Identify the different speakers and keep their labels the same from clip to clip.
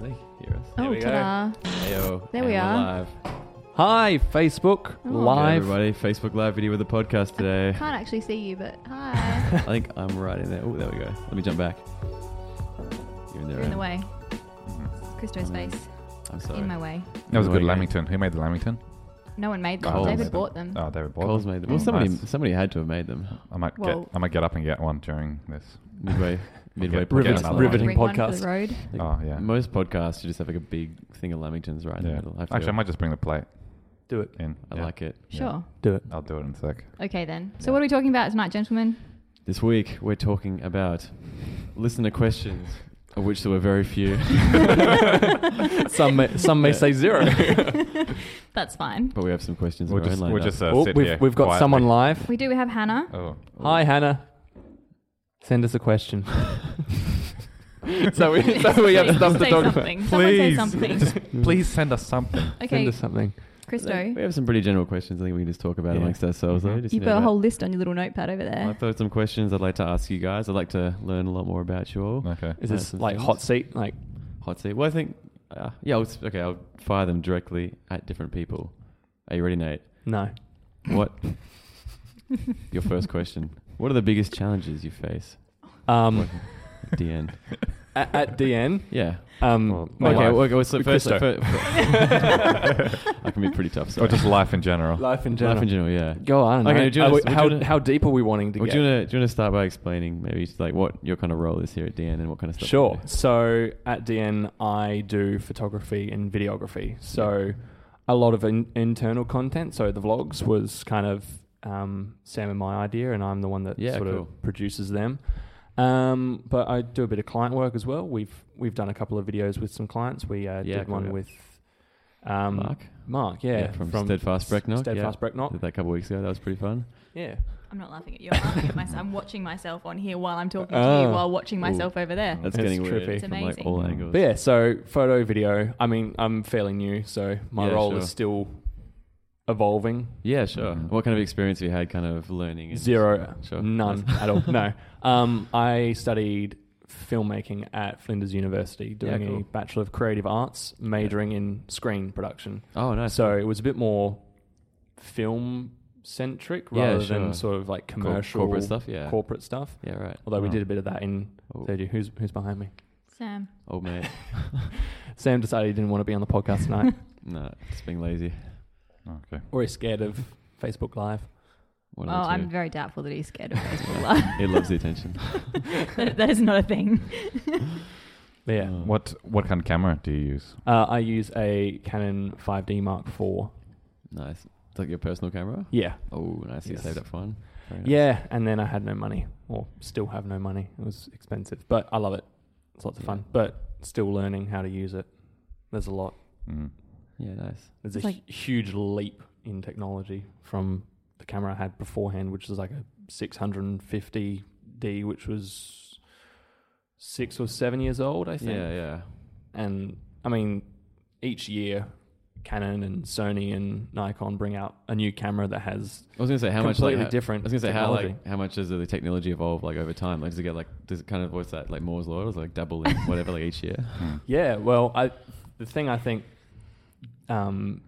Speaker 1: They hear us.
Speaker 2: Oh,
Speaker 3: we go.
Speaker 2: ta
Speaker 1: Ayo,
Speaker 2: There
Speaker 1: and
Speaker 2: we
Speaker 1: we're
Speaker 2: are.
Speaker 1: Live.
Speaker 3: Hi, Facebook
Speaker 1: Hey,
Speaker 3: Live.
Speaker 1: Oh. everybody. Facebook Live video with the podcast today.
Speaker 2: Can't actually see you, but hi.
Speaker 1: I think I'm right in there. Oh, there we go. Let me jump back. You're in there.
Speaker 2: You're in the
Speaker 1: Em.
Speaker 2: way. Christo's face.
Speaker 1: I'm sorry.
Speaker 2: In my way.
Speaker 1: No
Speaker 3: That
Speaker 1: way,
Speaker 3: was a good
Speaker 1: guys.
Speaker 3: Lamington.
Speaker 4: Who made the Lamington?
Speaker 2: No one made them.
Speaker 1: Coles.
Speaker 2: David bought them.
Speaker 4: Oh, David bought
Speaker 1: Hmm. Cole's
Speaker 4: them.
Speaker 1: made them. Well,
Speaker 4: Mm,
Speaker 1: somebody,
Speaker 4: nice.
Speaker 1: somebody had to have made them
Speaker 4: I might
Speaker 2: Well-
Speaker 4: get. I might get up and get one during this.
Speaker 1: midway. midway
Speaker 4: Get- get
Speaker 1: podcast.
Speaker 4: another
Speaker 1: Riveting.
Speaker 2: Bring one for
Speaker 3: podcast.
Speaker 2: the road.
Speaker 1: Like,
Speaker 4: Oh yeah.
Speaker 1: Most podcasts, you just have like a big thing of Lamingtons right in the
Speaker 4: yeah.
Speaker 1: middle. feel.
Speaker 4: Actually, I might just bring the plate
Speaker 3: Do it.
Speaker 4: in.
Speaker 1: I
Speaker 4: Yeah.
Speaker 1: like it.
Speaker 4: Yeah.
Speaker 2: Sure.
Speaker 3: Do it.
Speaker 4: I'll do it in a sec.
Speaker 2: Okay then. So what are we talking about tonight, gentlemen?
Speaker 1: This week, we're talking about listener questions, of which there were very few.
Speaker 3: Some may, some may
Speaker 1: Yeah.
Speaker 3: say zero.
Speaker 2: That's fine.
Speaker 1: But we have some questions. of
Speaker 4: We'll
Speaker 1: our own
Speaker 4: just,
Speaker 1: lined
Speaker 4: we'll
Speaker 1: up.
Speaker 4: just uh,
Speaker 3: oh,
Speaker 4: sit here
Speaker 3: we've, we've got
Speaker 4: quietly.
Speaker 3: someone live.
Speaker 2: We do have Hannah.
Speaker 4: Oh,
Speaker 3: Hi, Hannah. Send us a question. so we, so we have
Speaker 2: Please
Speaker 3: stuff to
Speaker 2: say
Speaker 3: talk about.
Speaker 2: something. Someone say
Speaker 4: Please.
Speaker 2: something.
Speaker 4: Just please send us something.
Speaker 2: Okay,
Speaker 3: Send us something.
Speaker 1: Like, we
Speaker 2: Christo.
Speaker 1: have some pretty general questions. I think we can just talk about
Speaker 3: Yeah. Mm-hmm.
Speaker 1: amongst ourselves. though.
Speaker 4: Mhm.
Speaker 1: Just
Speaker 2: You've
Speaker 1: know
Speaker 2: got a
Speaker 1: about-
Speaker 2: whole list on your little notepad over
Speaker 1: I
Speaker 2: there.
Speaker 1: thought some questions I'd like to ask you guys. I'd like to learn a lot more about you all.
Speaker 4: Okay.
Speaker 3: Is
Speaker 1: Uh,
Speaker 3: this
Speaker 1: some
Speaker 3: like
Speaker 1: things.
Speaker 3: hot seat? Like
Speaker 1: Hot seat. Well, I think, uh, yeah, I'll, s- okay, I'll fire them directly at different people. Are you ready, Nate?
Speaker 3: no.
Speaker 1: What? Your first question. What are the biggest challenges you face
Speaker 3: Um,
Speaker 1: at Mm. the end?
Speaker 3: at, at DN.
Speaker 1: Yeah.
Speaker 3: Um,
Speaker 4: Well,
Speaker 3: my
Speaker 1: okay,
Speaker 3: wife-
Speaker 1: well, okay, well, so first,
Speaker 3: Christo.
Speaker 1: fir- fir- I can be pretty tough. Sorry.
Speaker 4: Or just life in general.
Speaker 3: life in general.
Speaker 1: uh, life in general, yeah.
Speaker 3: Go on.
Speaker 1: Okay,
Speaker 3: mate.
Speaker 1: do you
Speaker 3: Are
Speaker 1: wanna-
Speaker 3: we-
Speaker 1: do you
Speaker 3: how,
Speaker 1: wanna-
Speaker 3: how deep are we wanting to
Speaker 1: Well,
Speaker 3: get?
Speaker 1: do you want to do you want to start by explaining maybe just like what your kind of role is here at DN and what kind of stuff? you
Speaker 3: Sure.
Speaker 1: do?
Speaker 3: So at DN, I do photography and videography. So a lot of in- internal content. So the vlogs was kind of um, Sam and my idea, and I'm the one that
Speaker 1: Yeah,
Speaker 3: sort
Speaker 1: cool.
Speaker 3: of produces them. Um, but I do a bit of client work as well. We've we've done a couple of videos with some clients. We uh,
Speaker 1: Yeah,
Speaker 3: did
Speaker 1: cool,
Speaker 3: one
Speaker 1: yeah.
Speaker 3: with um,
Speaker 1: Mark.
Speaker 3: Mark, yeah,
Speaker 1: from, Steadfast Brecknock.
Speaker 3: Steadfast
Speaker 1: yeah.
Speaker 3: Brecknock.
Speaker 1: Did that a couple weeks ago. That was pretty fun.
Speaker 3: Yeah.
Speaker 2: I'm not laughing at you. I'm, laughing at myself. I'm watching myself on here while I'm talking to you
Speaker 3: Oh.
Speaker 2: while watching myself over there.
Speaker 1: Ah. That's
Speaker 3: It's
Speaker 1: getting weird
Speaker 3: trippy. It's
Speaker 1: from like
Speaker 2: amazing.
Speaker 1: all
Speaker 4: Mm.
Speaker 1: angles.
Speaker 3: But yeah, so photo, video. I mean, I'm fairly new, so my
Speaker 1: Yeah,
Speaker 3: role
Speaker 1: sure.
Speaker 3: is still evolving.
Speaker 1: Yeah, sure.
Speaker 4: Mhm.
Speaker 1: What kind of experience have you had, kind of learning? and-
Speaker 3: Zero,
Speaker 1: Sure.
Speaker 3: none at all. No, um, I studied filmmaking at Flinders University, doing
Speaker 1: cool.
Speaker 3: a Bachelor of Creative Arts, majoring in screen production.
Speaker 1: Oh, nice.
Speaker 3: So it was a bit more film centric
Speaker 1: Yeah,
Speaker 3: rather
Speaker 1: sure.
Speaker 3: than sort of like
Speaker 1: Cor-
Speaker 3: commercial
Speaker 1: corporate stuff. Yeah.
Speaker 3: corporate stuff.
Speaker 1: yeah, right.
Speaker 3: Although we
Speaker 4: Oh.
Speaker 3: did a bit of that in.
Speaker 1: Oh.
Speaker 3: so do- Who's who's behind me?
Speaker 2: Sam.
Speaker 1: Old mate.
Speaker 3: Sam decided he didn't want to be on the podcast tonight,
Speaker 1: no, just being lazy.
Speaker 4: Okay.
Speaker 3: or he's scared of Facebook Live.
Speaker 1: One
Speaker 2: Oh,
Speaker 1: of the two.
Speaker 2: I'm very doubtful that he's scared of Facebook Live.
Speaker 1: It loves the attention.
Speaker 2: that, that is not a thing.
Speaker 3: But yeah,
Speaker 1: Oh.
Speaker 4: What what kind of camera do you use?
Speaker 3: uh, I use a Canon 5D Mark IV.
Speaker 1: Nice. It's like your personal camera.
Speaker 3: Yeah,
Speaker 1: Oh, nice. You
Speaker 3: Yes.
Speaker 1: saved up for one. Very nice.
Speaker 3: Yeah, and then I had no money, or still have no money. It was expensive, but I love it. It's lots of fun, but still learning how to use it. There's a lot.
Speaker 4: Mm.
Speaker 1: Yeah, nice.
Speaker 3: There's
Speaker 2: It's
Speaker 3: a
Speaker 2: like-
Speaker 3: hu- huge leap in technology from the camera I had beforehand, which was like a 650D, which was six or seven years old, I think.
Speaker 1: Yeah, yeah.
Speaker 3: And I mean, each year, Canon and Sony and Nikon bring out a new camera that has
Speaker 1: I was gonna say how much like
Speaker 3: completely
Speaker 1: ha- I
Speaker 3: different.
Speaker 1: was gonna say
Speaker 3: technology.
Speaker 1: how like how much does the technology evolve like over time? Like does it get like does it kind of what's that like Moore's law? Does it like double in whatever like each year?
Speaker 4: Mm.
Speaker 3: Yeah, well, I the thing I think um,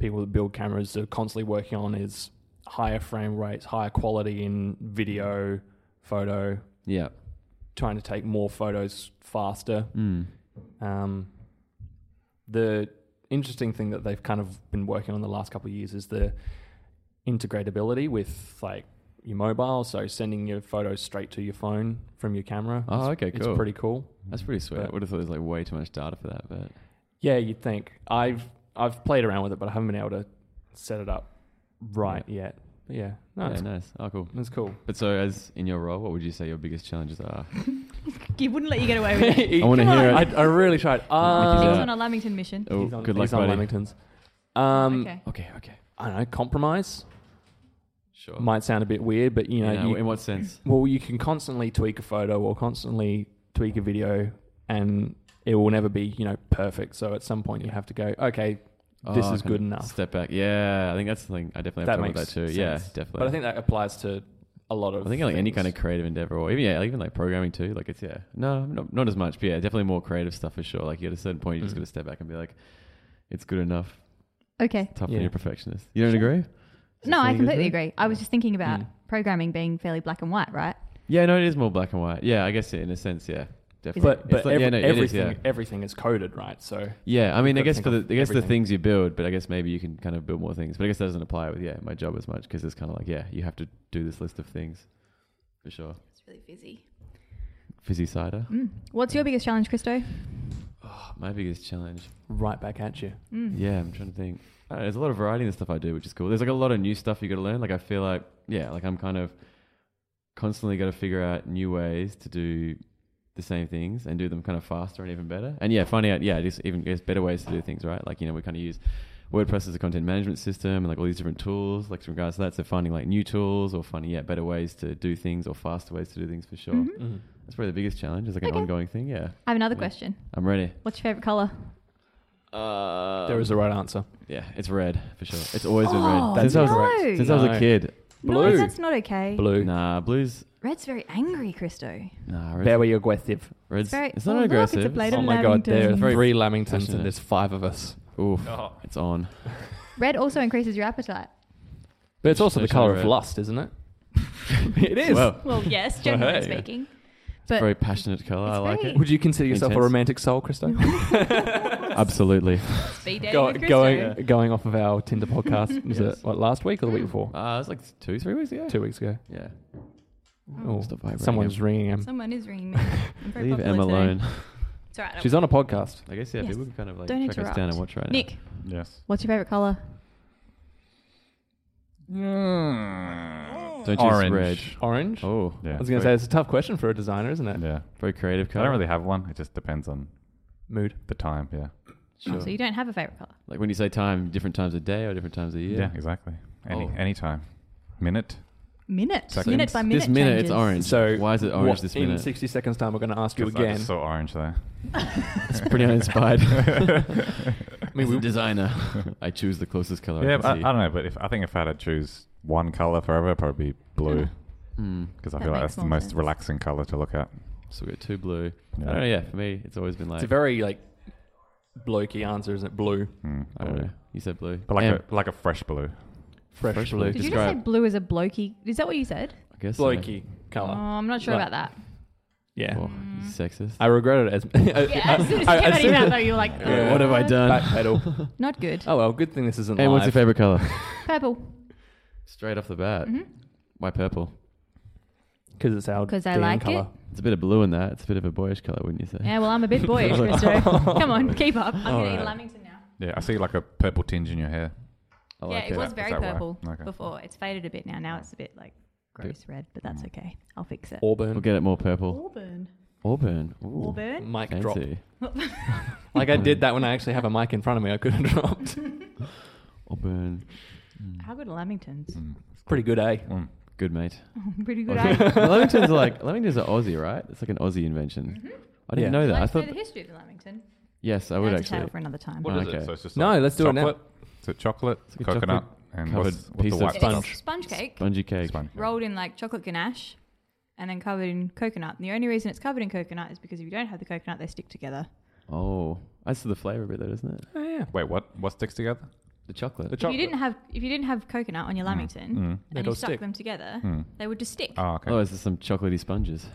Speaker 3: people that build cameras are constantly working on is higher frame rates, higher quality in video, photo,
Speaker 1: Yeah.
Speaker 3: trying to take more photos faster.
Speaker 1: Mm.
Speaker 3: Um, the interesting thing that they've kind of been working on the last couple of years is the integratability with like your mobile, so sending your photos straight to your phone from your camera.
Speaker 1: Oh, okay,
Speaker 3: It's
Speaker 1: cool.
Speaker 3: pretty cool.
Speaker 1: That's pretty sweet. I
Speaker 3: But-
Speaker 1: would have thought there's like way too much data for that, but
Speaker 3: Yeah, you'd think. I've I've played around with it, but I haven't been able to set it up right yet. But yeah, no,
Speaker 1: yeah,
Speaker 3: it's,
Speaker 1: nice. Oh, cool.
Speaker 3: it's cool.
Speaker 1: But so, as in your role, what would you say your biggest challenges are?
Speaker 2: he wouldn't let you get away with it.
Speaker 1: I wanna
Speaker 2: Come
Speaker 1: hear
Speaker 2: on.
Speaker 3: I, I really tried.
Speaker 1: Uh,
Speaker 2: he
Speaker 1: Mickey's out.
Speaker 2: was
Speaker 3: Uh,
Speaker 2: on a Lamington mission.
Speaker 1: Oh,
Speaker 3: he's on-
Speaker 1: good luck,
Speaker 3: he's on
Speaker 1: buddy.
Speaker 3: Lamingtons. Um,
Speaker 2: okay.
Speaker 1: Okay, okay,
Speaker 3: I don't know. Compromise
Speaker 1: sure.
Speaker 3: might sound a bit weird, but you know,
Speaker 1: Oh. Yeah,
Speaker 3: you,
Speaker 1: in what sense?
Speaker 3: well, you can constantly tweak a photo or constantly tweak a video, and it will never be you know perfect. So at some point, you have to go, okay, this
Speaker 1: Oh,
Speaker 3: is
Speaker 1: kind
Speaker 3: good
Speaker 1: of
Speaker 3: enough.
Speaker 1: Step back. Yeah, I think that's the thing. I definitely have
Speaker 3: That
Speaker 1: trouble with that
Speaker 3: makes
Speaker 1: too. Yeah,
Speaker 3: sense.
Speaker 1: definitely.
Speaker 3: But I think that applies to a lot of.
Speaker 1: I think like any kind of
Speaker 3: things.
Speaker 1: creative endeavor, or even yeah, even like programming too. Like it's yeah, no, not, not as much, but yeah, definitely more creative stuff for sure. Like you at a certain point, you just
Speaker 3: Mm.
Speaker 1: got to step back and be like, it's good enough.
Speaker 5: Okay.
Speaker 1: Tough
Speaker 3: Yeah.
Speaker 1: when you're a perfectionist. You don't agree? Is
Speaker 5: No, I
Speaker 1: that something you guys
Speaker 5: completely
Speaker 1: think?
Speaker 5: agree. I was just thinking about
Speaker 1: Hmm.
Speaker 3: Mm.
Speaker 5: programming being fairly black and white, right?
Speaker 1: Yeah, no, it is more black and white. Yeah, I guess yeah, in a sense, yeah, definitely.
Speaker 3: But
Speaker 1: It's
Speaker 3: but
Speaker 1: like-
Speaker 3: ev-
Speaker 1: yeah, no, it is,
Speaker 3: everything
Speaker 1: yeah.
Speaker 3: everything is coded, right? So
Speaker 1: Yeah, I mean, I
Speaker 3: Gotta
Speaker 1: guess
Speaker 3: think
Speaker 1: for the I
Speaker 3: of
Speaker 1: guess the
Speaker 3: everything.
Speaker 1: things you build, but I guess maybe you can kind of build more things. But I guess that doesn't apply with yeah my job as much because it's kind of like yeah you have to do this list of things for sure.
Speaker 2: It's really fizzy.
Speaker 1: Fizzy cider.
Speaker 5: Mm. What's your biggest challenge, Christo?
Speaker 1: Oh, My biggest challenge.
Speaker 3: right back at you.
Speaker 5: Mm.
Speaker 1: Yeah, I'm trying to think. I don't know, there's a lot of variety in the stuff I do, which is cool. There's like a lot of new stuff you got to learn. Like I feel like yeah, like I'm kind of constantly got to figure out new ways to do the same things and do them kind of faster and even better. And yeah, finding out yeah, just even there's better ways to do things, right? Like you know we kind of use WordPress as a content management system and like all these different tools. Like in regards to that, so finding like new tools or finding yeah better ways to do things or faster ways to do things for sure.
Speaker 5: Mhm.
Speaker 3: Mm.
Speaker 1: That's probably the biggest challenge. It's like
Speaker 5: Okay.
Speaker 1: an ongoing thing. Yeah,
Speaker 5: I have another
Speaker 1: Yeah.
Speaker 5: question.
Speaker 1: I'm ready.
Speaker 5: What's your favorite color?
Speaker 1: Uh,
Speaker 3: there is a right answer.
Speaker 1: yeah, it's red for sure. It's always been red.
Speaker 5: Oh,
Speaker 1: Since I was
Speaker 5: no.
Speaker 1: Since I was a
Speaker 3: No.
Speaker 1: kid.
Speaker 5: No,
Speaker 3: Blue.
Speaker 5: that's not okay.
Speaker 3: Blue.
Speaker 1: Nah, blues.
Speaker 5: Red's very angry, Christo.
Speaker 1: Nah, red's,
Speaker 3: Very aggressive.
Speaker 1: red's
Speaker 5: very-
Speaker 1: it's not
Speaker 5: oh, look, it's a
Speaker 1: aggressive.
Speaker 5: blade
Speaker 3: oh
Speaker 5: of
Speaker 3: my god, there are
Speaker 5: Lamingtons.
Speaker 3: three Lamingtons
Speaker 1: Passionate.
Speaker 3: and there's five of us.
Speaker 1: Oof,
Speaker 3: Oh.
Speaker 1: it's on.
Speaker 5: Red also increases your appetite.
Speaker 3: But it's
Speaker 1: There's
Speaker 3: also
Speaker 1: no
Speaker 3: the color
Speaker 1: shadow
Speaker 3: of
Speaker 1: red.
Speaker 3: lust, isn't it? it is.
Speaker 1: Well,
Speaker 2: Well, yes, generally
Speaker 3: hey.
Speaker 2: speaking.
Speaker 5: But
Speaker 1: very passionate color. I
Speaker 5: It's
Speaker 1: like
Speaker 5: very-
Speaker 1: it.
Speaker 3: Would you consider yourself
Speaker 1: Intense.
Speaker 3: a romantic soul, Christo?
Speaker 1: Absolutely.
Speaker 2: Speed dating
Speaker 3: Go,
Speaker 2: with Christo.
Speaker 3: going going off of our Tinder podcast, was
Speaker 1: Yes.
Speaker 3: it what last week or the week before?
Speaker 1: Uh, it's like two, three weeks ago.
Speaker 3: Two weeks ago.
Speaker 1: Yeah.
Speaker 3: Oh,
Speaker 1: Stop vibrating.
Speaker 3: someone's ringing him.
Speaker 2: Someone is ringing me. I'm very
Speaker 1: Oh. Leave
Speaker 2: popular
Speaker 1: Em
Speaker 2: today.
Speaker 1: alone.
Speaker 2: It's all right.
Speaker 3: She's on a podcast.
Speaker 1: I guess yeah,
Speaker 5: Yes.
Speaker 1: people can kind of like
Speaker 5: Don't
Speaker 1: track us
Speaker 5: interrupt.
Speaker 1: down and watch right
Speaker 5: Nick,
Speaker 4: Yes.
Speaker 5: what's your favorite color? Oh,
Speaker 1: now. Don't choose
Speaker 4: Orange.
Speaker 1: red.
Speaker 3: Orange.
Speaker 1: Oh,
Speaker 4: Yeah.
Speaker 3: I was going to say it's a tough question for a designer, isn't it?
Speaker 4: Yeah.
Speaker 1: very creative
Speaker 4: I
Speaker 1: color.
Speaker 4: don't really have one. It just depends on
Speaker 3: Mood.
Speaker 4: the time. Yeah.
Speaker 5: Oh, so you don't have a favorite color.
Speaker 1: Like when you say time, different times of day or different times of year.
Speaker 4: Yeah. exactly. Any
Speaker 1: Oh.
Speaker 4: any time, minute.
Speaker 5: Minute.
Speaker 4: Second.
Speaker 5: Minute by minute.
Speaker 1: This minute
Speaker 5: changes.
Speaker 1: it's orange.
Speaker 3: So
Speaker 1: why is it orange
Speaker 3: what-
Speaker 1: this
Speaker 3: In
Speaker 1: minute?
Speaker 3: 60 seconds time, we're going to ask you
Speaker 4: 'Cause I
Speaker 3: again.
Speaker 4: just saw orange there.
Speaker 1: It's pretty uninspired.
Speaker 4: I
Speaker 1: As a designer, I choose the closest color.
Speaker 4: yeah,
Speaker 1: I,
Speaker 4: but
Speaker 1: can
Speaker 4: I, I
Speaker 1: see.
Speaker 4: don't know. But if I think if I had to choose one color forever, it'd probably be blue
Speaker 1: Hmm.
Speaker 4: because I
Speaker 5: That
Speaker 4: feel
Speaker 5: makes
Speaker 4: like that's the
Speaker 5: more
Speaker 4: most
Speaker 5: sense.
Speaker 4: relaxing color to look at.
Speaker 1: So we got two blue.
Speaker 4: Yeah.
Speaker 1: I don't know. Yeah, for me, it's always been like
Speaker 3: It's a very like blokey answer, isn't it? Blue,
Speaker 4: Hmm.
Speaker 1: I don't know. You said blue,
Speaker 4: But like
Speaker 1: Em,
Speaker 4: a like a fresh blue.
Speaker 3: fresh,
Speaker 1: Fresh
Speaker 3: blue,
Speaker 1: blue.
Speaker 5: Did you
Speaker 1: Describe-
Speaker 5: just say blue is a blokey? Is that what you said?
Speaker 1: I guess so.
Speaker 3: blokey
Speaker 5: Oh,
Speaker 3: color.
Speaker 5: I'm not sure
Speaker 3: Like-
Speaker 5: about that.
Speaker 3: yeah,
Speaker 1: Oh, you
Speaker 4: Mm.
Speaker 1: sexist.
Speaker 3: I regret it as.
Speaker 1: Uh,
Speaker 2: Yeah, as soon as it
Speaker 3: I-
Speaker 2: came
Speaker 3: as
Speaker 2: out of
Speaker 3: soon
Speaker 2: your
Speaker 3: as-
Speaker 2: mouth, though, you were like,
Speaker 3: Yeah.
Speaker 2: "Uh,
Speaker 1: What have I done? Uh,
Speaker 3: Backpedal.
Speaker 5: Not good.
Speaker 3: Oh well, good thing this isn't.
Speaker 1: and what's your
Speaker 3: live.
Speaker 1: favorite color?
Speaker 5: Purple. Mm-hmm.
Speaker 1: Straight off the bat, why purple?
Speaker 3: Because it's our
Speaker 5: 'Cause I
Speaker 3: Dean
Speaker 5: like
Speaker 3: color.
Speaker 1: It's a bit of blue in that. It's a bit of a boyish color, wouldn't you say?
Speaker 5: Yeah, well, I'm a bit boyish, Christo. Come on, keep up.
Speaker 2: I'm going to eat
Speaker 1: Alright.
Speaker 2: Lamington now.
Speaker 4: Yeah, I see like a purple tinge in your hair.
Speaker 1: I
Speaker 2: yeah,
Speaker 1: like
Speaker 2: it, was
Speaker 4: Is
Speaker 2: very
Speaker 4: that why?
Speaker 2: purple
Speaker 4: Okay.
Speaker 2: before. It's faded a bit now. Now it's a bit like gross red, but that's okay. I'll fix it.
Speaker 1: We'll
Speaker 3: Auburn.
Speaker 1: get it more purple.
Speaker 2: Auburn.
Speaker 1: Auburn. Ooh,
Speaker 2: Auburn?
Speaker 3: Mic drop.
Speaker 1: fancy.
Speaker 3: Like I did that when I actually have a mic in front of me. I could have dropped.
Speaker 1: Auburn. Mm.
Speaker 2: How good are Lamingtons?
Speaker 4: Mm.
Speaker 3: Pretty good, eh?
Speaker 4: Mm.
Speaker 1: Good mate.
Speaker 2: Pretty good.
Speaker 1: Okay.
Speaker 2: idea.
Speaker 1: Lamingtons are like Lamingtons are Aussie, right? It's like an Aussie invention. I didn't
Speaker 3: Yeah.
Speaker 1: know
Speaker 2: Would you
Speaker 1: that.
Speaker 2: like
Speaker 1: I
Speaker 2: to know
Speaker 1: thought
Speaker 2: Mm-hmm. the history of the Lamington.
Speaker 1: yes, I
Speaker 2: That's
Speaker 1: would
Speaker 2: a
Speaker 1: actually.
Speaker 2: tale for another time.
Speaker 1: What is it?
Speaker 4: okay.
Speaker 1: So
Speaker 4: it's just
Speaker 3: No, let's do it now.
Speaker 4: chocolate? Is it chocolate,
Speaker 1: It's like a
Speaker 4: coconut, and what's,
Speaker 1: covered
Speaker 4: what's
Speaker 1: piece
Speaker 4: the
Speaker 1: of
Speaker 4: white
Speaker 2: It's
Speaker 3: Sponge.
Speaker 2: sponge cake
Speaker 1: Spongy cake.
Speaker 4: Sponge, yeah.
Speaker 2: rolled in like chocolate ganache and then covered in coconut. And the only reason it's covered in coconut is because if you don't have the coconut, they stick together.
Speaker 1: Oh, that's the flavor bit, though, isn't it?
Speaker 3: Oh yeah.
Speaker 4: Wait, what? What sticks together?
Speaker 1: The chocolate.
Speaker 3: The chocolate.
Speaker 2: If you didn't have if you didn't have coconut on your Lamington
Speaker 4: Mm.
Speaker 2: and
Speaker 3: It'll
Speaker 2: you stuck
Speaker 3: stick.
Speaker 2: them together,
Speaker 4: Mm.
Speaker 2: they would just stick.
Speaker 4: Oh, okay.
Speaker 1: Oh, it's just some chocolatey sponges.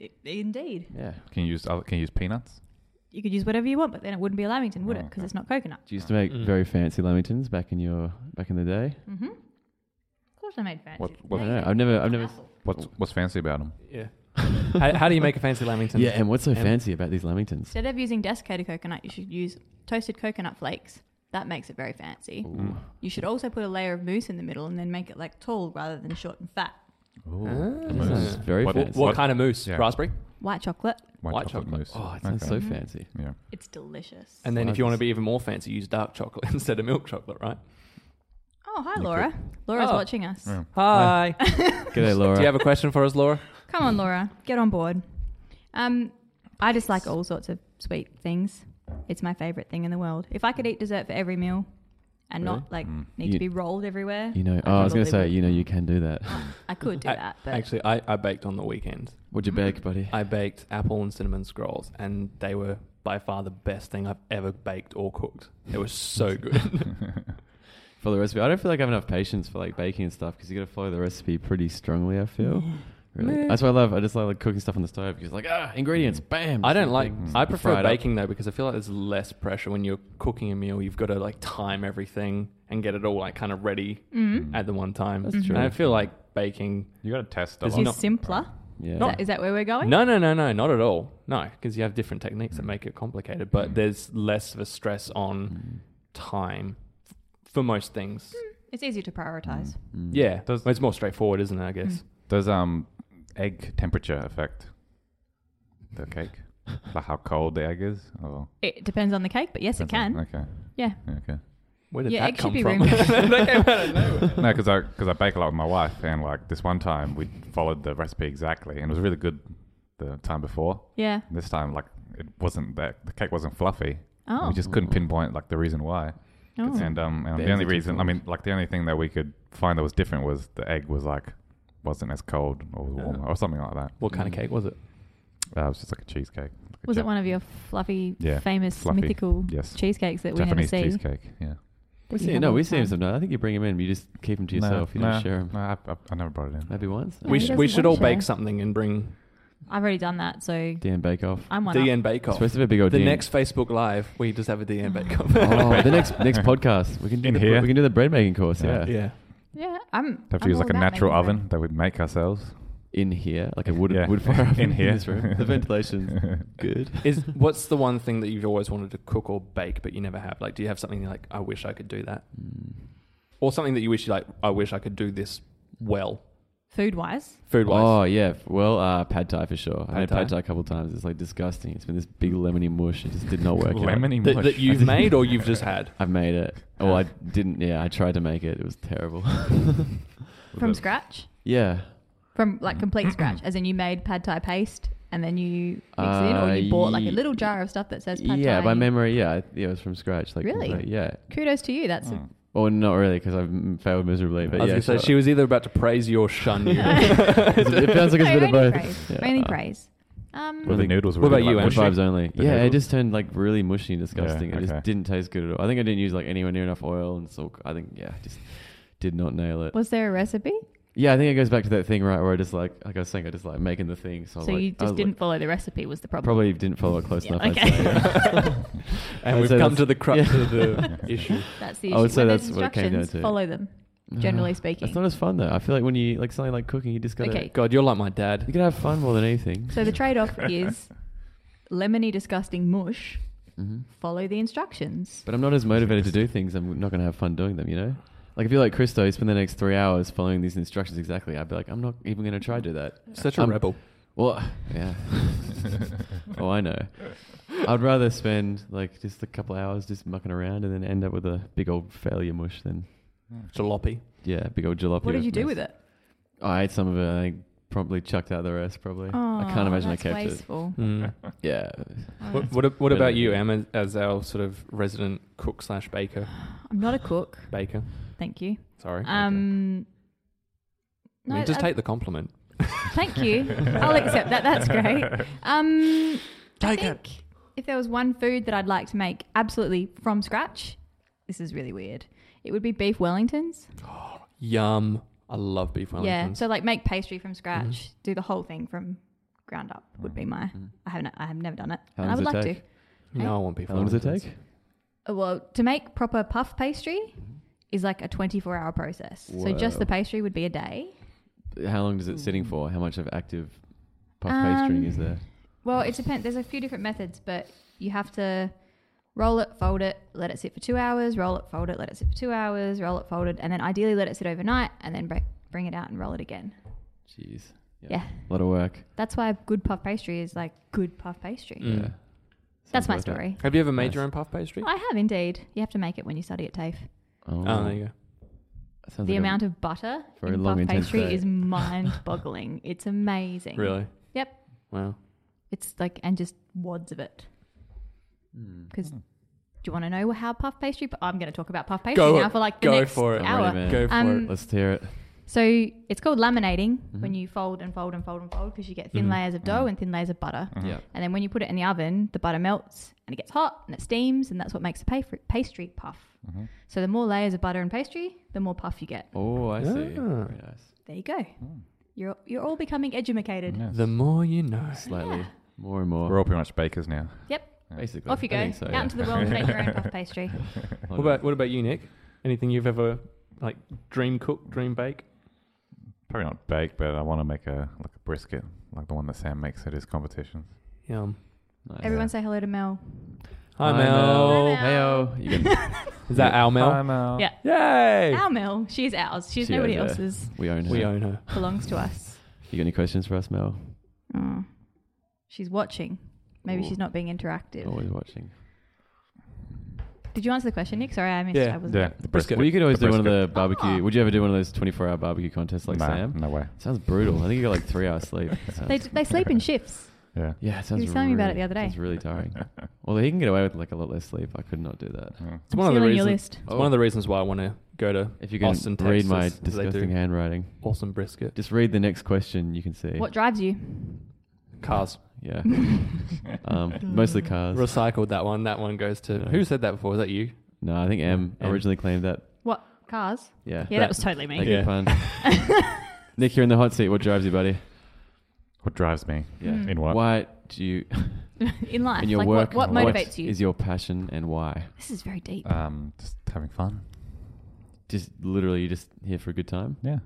Speaker 2: I- indeed.
Speaker 1: Yeah.
Speaker 4: Can you use other, can you use peanuts?
Speaker 2: You could use whatever you want, but then it wouldn't be a Lamington, would it?
Speaker 4: Oh,
Speaker 2: 'Cause it? Because
Speaker 4: okay.
Speaker 2: it's not coconut.
Speaker 1: Do you used to make
Speaker 3: Mm.
Speaker 1: very fancy lamingtons back in your back in the day?
Speaker 2: Mm-hmm. Of course, I made fancy.
Speaker 4: What- what-
Speaker 1: I don't know. I've never, I've never.
Speaker 4: What's
Speaker 1: Oh.
Speaker 4: what's fancy about them?
Speaker 3: Yeah. how, how do you make a fancy lamington?
Speaker 1: Yeah, and what's so
Speaker 3: Em.
Speaker 1: fancy about these lamingtons?
Speaker 2: Instead of using desiccated coconut, you should use toasted coconut flakes. That makes it very fancy.
Speaker 1: Ooh.
Speaker 2: You should also put a layer of mousse in the middle and then make it like tall rather than short and fat.
Speaker 1: This is
Speaker 3: Ah.
Speaker 1: very
Speaker 4: What-
Speaker 1: fancy.
Speaker 4: what-
Speaker 3: What kind of mousse?
Speaker 4: Yeah.
Speaker 3: Raspberry.
Speaker 2: White chocolate.
Speaker 4: White,
Speaker 3: White
Speaker 4: chocolate,
Speaker 3: chocolate.
Speaker 4: mousse.
Speaker 1: Oh, it sounds so fancy.
Speaker 4: Yeah.
Speaker 2: It's delicious.
Speaker 3: And then if you want to
Speaker 1: Slices.
Speaker 3: be even more fancy, use dark chocolate instead of milk chocolate, right?
Speaker 2: oh, hi,
Speaker 4: You
Speaker 2: Laura. Laura's
Speaker 3: Oh.
Speaker 2: watching us.
Speaker 4: Yeah.
Speaker 3: Hi.
Speaker 1: G'day, Laura.
Speaker 3: Do you have a question for us, Laura?
Speaker 2: Come on, Laura. Get on board. Um, I just like all sorts of sweet things. It's my favorite thing in the world. If I could eat dessert for every meal, and
Speaker 3: Really?
Speaker 2: not like
Speaker 4: Mm.
Speaker 2: need
Speaker 1: You-
Speaker 2: to be rolled everywhere.
Speaker 1: You know,
Speaker 2: I
Speaker 1: oh, I was
Speaker 2: don't
Speaker 1: going to say,
Speaker 2: believe it.
Speaker 1: you know, you can do that.
Speaker 2: I could do
Speaker 3: I-
Speaker 2: that, but
Speaker 3: Actually, I, I baked on the weekend.
Speaker 1: What'd you beg, buddy?
Speaker 3: I baked apple and cinnamon scrolls, and they were by far the best thing I've ever baked or cooked. It was so good.
Speaker 1: Follow the recipe. I don't feel like I have enough patience for like baking and stuff because you got to follow the recipe pretty strongly. I feel. Really.
Speaker 3: Meh.
Speaker 1: That's what I love. I just love like cooking stuff on the stove because like ah ingredients, bam.
Speaker 3: I don't like.
Speaker 1: something.
Speaker 4: Mm.
Speaker 3: I prefer
Speaker 1: Fried up.
Speaker 3: baking though because I feel like there's less pressure when you're cooking a meal. You've got to like time everything and get it all like kind of ready
Speaker 1: Mm-hmm.
Speaker 5: Mm.
Speaker 3: at the one time.
Speaker 1: That's true.
Speaker 3: And I feel like baking.
Speaker 4: you got to test a
Speaker 3: There's
Speaker 4: lot.
Speaker 2: is
Speaker 3: not-
Speaker 2: simpler.
Speaker 1: Yeah.
Speaker 2: Is, that, is that where we're going?
Speaker 3: No, no, no, no, not at all. No, because you have different techniques that make it complicated. But
Speaker 4: Mm.
Speaker 3: there's less of a stress on
Speaker 1: Mm.
Speaker 3: time f- for most things.
Speaker 2: It's easy to prioritize.
Speaker 1: Mm.
Speaker 3: Yeah,
Speaker 4: Does-
Speaker 3: it's more straightforward, isn't it? I guess.
Speaker 4: Does um egg temperature affect the cake? like how cold the egg is? Or
Speaker 2: It depends on the cake, but yes, it can.
Speaker 4: Okay.
Speaker 2: Yeah.
Speaker 4: Okay.
Speaker 3: Where did
Speaker 2: Yeah,
Speaker 3: that
Speaker 2: egg should
Speaker 3: come
Speaker 2: be
Speaker 3: from?
Speaker 2: room
Speaker 3: That came out of nowhere.
Speaker 4: no, because I because I bake a lot with my wife, and like this one time we followed the recipe exactly, and it was really good the time before.
Speaker 2: Yeah.
Speaker 4: This time, like it wasn't that the cake wasn't fluffy. and
Speaker 2: Oh.
Speaker 4: We just couldn't pinpoint like the reason why.
Speaker 2: Oh.
Speaker 4: And um, and the
Speaker 1: There's
Speaker 4: only
Speaker 1: a
Speaker 4: reason I mean,
Speaker 1: difference.
Speaker 4: like the only thing that we could find that was different was the egg was like wasn't as cold or was warmer
Speaker 3: Yeah.
Speaker 4: or something like that.
Speaker 3: What kind of cake was it?
Speaker 4: Uh, it was just like a cheesecake. Like a
Speaker 2: Was
Speaker 4: Jap-
Speaker 2: it one of your fluffy,
Speaker 4: Yeah,
Speaker 2: famous,
Speaker 4: fluffy.
Speaker 2: mythical
Speaker 4: Yes.
Speaker 2: cheesecakes that
Speaker 4: Japanese
Speaker 2: we never see?
Speaker 4: cheesecake? Yeah.
Speaker 1: We
Speaker 2: You
Speaker 1: see.
Speaker 2: have
Speaker 1: No,
Speaker 2: all
Speaker 1: we
Speaker 2: the
Speaker 1: see him
Speaker 2: time.
Speaker 1: sometimes. I think you bring him in. You just keep him to yourself. you
Speaker 4: No,
Speaker 1: don't
Speaker 4: no,
Speaker 1: share him.
Speaker 4: No, I, I, I never brought it in.
Speaker 1: Maybe once.
Speaker 2: No,
Speaker 3: we
Speaker 2: he
Speaker 3: sh- we
Speaker 2: doesn't
Speaker 3: should all
Speaker 2: want to.
Speaker 3: bake something and bring
Speaker 2: I've already done that, so
Speaker 1: Dan Bake Off.
Speaker 2: I'm one up.
Speaker 3: DN Bake
Speaker 1: It's
Speaker 3: Off.
Speaker 1: supposed to be a big old
Speaker 3: The
Speaker 1: Dan-
Speaker 3: next Facebook Live, we just have a DN Bake Off.
Speaker 1: Oh, the next next podcast. We can do
Speaker 4: In
Speaker 1: the,
Speaker 4: here?
Speaker 1: We can do the bread making course. Yeah.
Speaker 4: Yeah.
Speaker 3: yeah.
Speaker 2: Yeah, I'm.
Speaker 4: Have to
Speaker 2: I'm
Speaker 4: use
Speaker 2: all
Speaker 4: like a
Speaker 2: about
Speaker 4: natural
Speaker 2: making bread.
Speaker 4: oven that we'd make ourselves.
Speaker 1: In here, like a wood
Speaker 4: Yeah.
Speaker 1: wood fire oven
Speaker 4: In here.
Speaker 1: this room. The ventilation's good.
Speaker 3: Is what's the one thing that you've always wanted to cook or bake but you never have? Like, do you have something you're like I wish I could do that,
Speaker 1: Mm.
Speaker 3: or something that you wish you like I wish I could do this well,
Speaker 2: Food wise,
Speaker 3: food
Speaker 1: Oh
Speaker 3: wise?
Speaker 1: yeah, well, uh, pad thai for sure. I
Speaker 3: Pad
Speaker 1: had pad
Speaker 3: thai?
Speaker 1: thai a couple of times. It's like disgusting. It's been this big lemony mush. It just did not work. out.
Speaker 4: Lemony
Speaker 3: that,
Speaker 4: mush.
Speaker 3: that you've made or you've just had?
Speaker 1: I've made it. Oh, I didn't. Yeah, I tried to make it. It was terrible.
Speaker 2: from scratch,
Speaker 1: yeah.
Speaker 2: from like
Speaker 1: Mm.
Speaker 2: complete scratch, as in you made pad thai paste and then you mix it in, or
Speaker 1: Uh,
Speaker 2: you bought like a
Speaker 1: ye-
Speaker 2: little jar of stuff that says pad
Speaker 1: Yeah,
Speaker 2: thai.
Speaker 1: by memory. Yeah, I- yeah, it was from scratch. Like
Speaker 2: Really?
Speaker 1: like, yeah.
Speaker 2: Kudos to you. That's a-
Speaker 4: Mm.
Speaker 1: Or not really, because I've mm, failed miserably. But
Speaker 3: I was
Speaker 1: yeah,
Speaker 3: gonna say
Speaker 1: sure.
Speaker 3: she was either about to praise you or shun you.
Speaker 1: it sounds like it's a
Speaker 2: No,
Speaker 1: bit of
Speaker 2: only
Speaker 1: both.
Speaker 2: praise.
Speaker 1: Yeah.
Speaker 2: Only praise. Um,
Speaker 4: Were the noodles
Speaker 3: What
Speaker 4: really
Speaker 3: about you,
Speaker 4: like
Speaker 1: Good
Speaker 3: Mushy?
Speaker 1: vibes only.
Speaker 4: The
Speaker 1: yeah, it
Speaker 4: noodles?
Speaker 1: just turned like really mushy and disgusting. It
Speaker 4: okay.
Speaker 1: just didn't taste good at all. I think I didn't use like anywhere near enough oil, and so I think yeah, I just did not nail it.
Speaker 2: was there a recipe?
Speaker 1: Yeah, I think it goes back to that thing right where I just like like I was saying, I just like making the thing. So, I was
Speaker 5: So
Speaker 1: like-
Speaker 5: you
Speaker 1: I was
Speaker 5: just
Speaker 1: like-
Speaker 5: didn't follow the recipe was the problem.
Speaker 1: probably didn't follow it close
Speaker 5: Yeah,
Speaker 1: enough.
Speaker 5: okay.
Speaker 1: I'd say.
Speaker 3: and
Speaker 1: I'd
Speaker 3: we've
Speaker 1: say
Speaker 3: come
Speaker 1: that's-
Speaker 3: to the crux
Speaker 1: yeah.
Speaker 3: of the issue.
Speaker 5: That's the
Speaker 1: I
Speaker 5: issue.
Speaker 1: would say
Speaker 5: When
Speaker 1: that's
Speaker 5: there's
Speaker 1: what it came down
Speaker 5: instructions,
Speaker 1: to.
Speaker 5: Follow them. Generally speaking.
Speaker 1: it's Uh, not as fun though. I feel like when you like something like cooking, you just gotta
Speaker 5: Okay.
Speaker 3: God, you're like my dad.
Speaker 1: you gotta have fun more than anything.
Speaker 2: So the trade-off is lemony, disgusting mush.
Speaker 1: Mhm.
Speaker 2: Follow the instructions.
Speaker 1: But I'm not as motivated to do things. I'm not gonna have fun doing them. You know, like if you're like Christo, you spend the next three hours following these instructions exactly. I'd be like, I'm not even gonna try to do that.
Speaker 3: Such a
Speaker 1: Um,
Speaker 3: rebel.
Speaker 1: Well, yeah. oh, I know. I'd rather spend like just a couple hours just mucking around and then end up with a big old failure mush than
Speaker 3: Jalopy.
Speaker 1: yeah, big old jalopy.
Speaker 2: What did you do
Speaker 1: mess.
Speaker 2: with it?
Speaker 1: I ate some of it. and I probably chucked out the rest. Probably. I
Speaker 2: Oh,
Speaker 1: can't imagine I
Speaker 2: that's
Speaker 1: kept it.
Speaker 2: wasteful.
Speaker 3: Mm.
Speaker 1: Yeah.
Speaker 2: Oh,
Speaker 3: What, what, what
Speaker 1: better.
Speaker 3: about you, Em, as- as our sort of resident cook slash baker?
Speaker 2: I'm not a cook.
Speaker 3: Baker,
Speaker 2: Thank you.
Speaker 3: sorry.
Speaker 2: Um,
Speaker 3: I mean,
Speaker 2: no,
Speaker 3: just
Speaker 2: uh,
Speaker 3: take the compliment.
Speaker 2: thank you. I'll accept that. That's great. Um, I
Speaker 3: Take it.
Speaker 2: think if there was one food that I'd like to make absolutely from scratch, this is really weird. It would be beef Wellingtons.
Speaker 3: Yum. I love beef
Speaker 2: Yeah.
Speaker 3: Wellingtons.
Speaker 2: So like make pastry from scratch,
Speaker 1: Mm-hmm.
Speaker 2: do the whole thing from ground up would be my. I haven't. I have never done it.
Speaker 1: How
Speaker 2: and
Speaker 1: long
Speaker 2: I would
Speaker 1: does it
Speaker 2: like
Speaker 1: take?
Speaker 2: to.
Speaker 3: no, I want beef
Speaker 1: How long does it
Speaker 3: Wellingtons.
Speaker 1: take?
Speaker 2: Uh, Well, to make proper puff pastry is like a 24 hour process. So just
Speaker 1: Mm-hmm.
Speaker 2: the
Speaker 1: Whoa.
Speaker 2: pastry would be a day.
Speaker 1: How long does it sitting for? How much of active puff pastry
Speaker 2: Um,
Speaker 1: is there?
Speaker 2: Well, it depends. There's a few different methods, but you have to roll it, fold it, let it sit for two hours, roll it, fold it, let it sit for two hours, roll it, fold it, and then ideally let it sit overnight and then break, bring it out and roll it again.
Speaker 1: Jeez.
Speaker 2: Yeah.
Speaker 1: A lot of work.
Speaker 2: That's why good puff pastry is like good puff pastry.
Speaker 3: Mm.
Speaker 1: Yeah.
Speaker 2: That's
Speaker 1: Sounds
Speaker 2: my
Speaker 1: worth it.
Speaker 2: story.
Speaker 3: Have you ever made
Speaker 1: Nice.
Speaker 3: your own puff pastry?
Speaker 2: I have indeed. You have to make it when you study at TAFE.
Speaker 1: Oh,
Speaker 3: Oh, there you go.
Speaker 1: that sounds
Speaker 2: the
Speaker 1: like a-
Speaker 2: amount of butter
Speaker 1: very
Speaker 2: in
Speaker 1: long,
Speaker 2: puff
Speaker 1: intense
Speaker 2: pastry
Speaker 1: day.
Speaker 2: is mind boggling. it's amazing.
Speaker 3: Really?
Speaker 2: Yep.
Speaker 3: Wow.
Speaker 2: It's like, and just wads of it.
Speaker 1: Mm.
Speaker 2: Because you want to know how puff pastry? But I'm going to talk about puff pastry
Speaker 3: Go-
Speaker 2: now for like the
Speaker 3: go
Speaker 2: next
Speaker 3: for it.
Speaker 1: I'm ready,
Speaker 2: hour.
Speaker 1: man.
Speaker 3: Go for
Speaker 2: Um,
Speaker 1: Mm. Let's hear it.
Speaker 2: So it's called laminating when
Speaker 1: Mhm.
Speaker 2: you fold and fold and fold and fold because you get thin
Speaker 1: Mm-hmm.
Speaker 3: Mhm.
Speaker 2: layers of dough
Speaker 4: Mhm.
Speaker 2: and thin layers of butter.
Speaker 3: Uh-huh.
Speaker 4: Mhm.
Speaker 1: Yeah.
Speaker 2: And then when you put it in the oven, the butter melts and it gets hot and it steams, and that's what makes the pa- pastry puff.
Speaker 4: Mhm.
Speaker 2: So the more layers of butter and pastry, the more puff you get.
Speaker 1: Oh, I see.
Speaker 3: Ah.
Speaker 1: Very nice.
Speaker 2: There you go.
Speaker 4: Mm.
Speaker 2: You're you're all becoming edumacated.
Speaker 4: Yes.
Speaker 3: The more you know.
Speaker 1: Slightly
Speaker 2: Yeah.
Speaker 1: more and more.
Speaker 4: Mm-hmm. We're all pretty much bakers now.
Speaker 1: basically.
Speaker 2: Off you
Speaker 1: I
Speaker 2: go.
Speaker 1: think so,
Speaker 2: Out
Speaker 1: yeah.
Speaker 2: into the world and make your own puff pastry.
Speaker 3: What about what about you, Nick? Anything you've ever like dream cook, dream bake?
Speaker 4: Probably not bake, but I want to make a like a brisket, like the one that Sam makes at his competitions.
Speaker 3: Yum.
Speaker 1: Nice.
Speaker 2: Everyone say hello to Mel.
Speaker 3: Hi,
Speaker 1: Hi,
Speaker 3: Mel.
Speaker 2: Mel.
Speaker 1: Heyo. Oh, You can-
Speaker 3: Is that our Mel?
Speaker 4: Hi, Mel.
Speaker 2: Yeah.
Speaker 3: Yay!
Speaker 2: Our Mel. She's ours. She's
Speaker 1: She
Speaker 2: nobody
Speaker 1: owns it.
Speaker 2: else's.
Speaker 1: we own her.
Speaker 3: We own her.
Speaker 2: Belongs to us.
Speaker 1: You got any questions for us, Mel?
Speaker 2: Oh. She's watching. Maybe
Speaker 1: Ooh. Oh,
Speaker 2: she's not being interactive.
Speaker 1: Always watching.
Speaker 2: Did you answer the question, Nick? Sorry, I missed.
Speaker 3: Yeah.
Speaker 2: I wasn't.
Speaker 4: Yeah, the brisket.
Speaker 1: Well, you could always
Speaker 4: The
Speaker 1: do one of
Speaker 4: brisket.
Speaker 1: the barbecue.
Speaker 2: Ah.
Speaker 1: Would you ever do one of those 24 hour barbecue contests like
Speaker 4: Nah,
Speaker 1: Sam?
Speaker 4: No way.
Speaker 1: Sounds brutal. I think you got like three hours sleep. Sounds-
Speaker 2: They, they sleep in shifts.
Speaker 4: Yeah.
Speaker 1: yeah, it sounds
Speaker 2: was telling me about
Speaker 1: really-
Speaker 2: it the other day.
Speaker 1: Sounds really tiring. Although he can get away with like a lot less sleep. I could not do that.
Speaker 4: Mm.
Speaker 3: It's one of the
Speaker 2: Stealing your
Speaker 3: reasons.
Speaker 2: list.
Speaker 3: It's one of the reasons why I want to go to
Speaker 1: If you can
Speaker 3: Austin,
Speaker 1: read my
Speaker 3: Texas, they do.
Speaker 1: disgusting handwriting,
Speaker 3: awesome brisket
Speaker 1: just read the next question. You can see.
Speaker 2: What drives you?
Speaker 3: cars.
Speaker 1: Yeah. um,
Speaker 2: Hmm.
Speaker 1: mostly cars.
Speaker 3: Recycled that one. That one goes to
Speaker 1: Yeah.
Speaker 3: who said that before? Was that you?
Speaker 1: no, I think M,
Speaker 3: M.
Speaker 1: originally claimed that.
Speaker 2: What cars?
Speaker 1: Yeah.
Speaker 2: Yeah, that, was totally
Speaker 1: Thank
Speaker 2: me.
Speaker 1: you,
Speaker 3: Yeah.
Speaker 1: pun. Nick, you're in the hot seat. What drives you, buddy?
Speaker 4: What drives me
Speaker 1: Yeah.
Speaker 2: Mm.
Speaker 4: in what?
Speaker 1: Why do you
Speaker 2: in life,
Speaker 1: in your
Speaker 2: like
Speaker 1: work?
Speaker 2: what, what
Speaker 4: what
Speaker 2: motivates you?
Speaker 1: Is your passion and why?
Speaker 2: this is very deep.
Speaker 4: Um, just having fun.
Speaker 1: Just literally, you're just here for a good time.
Speaker 4: Yeah.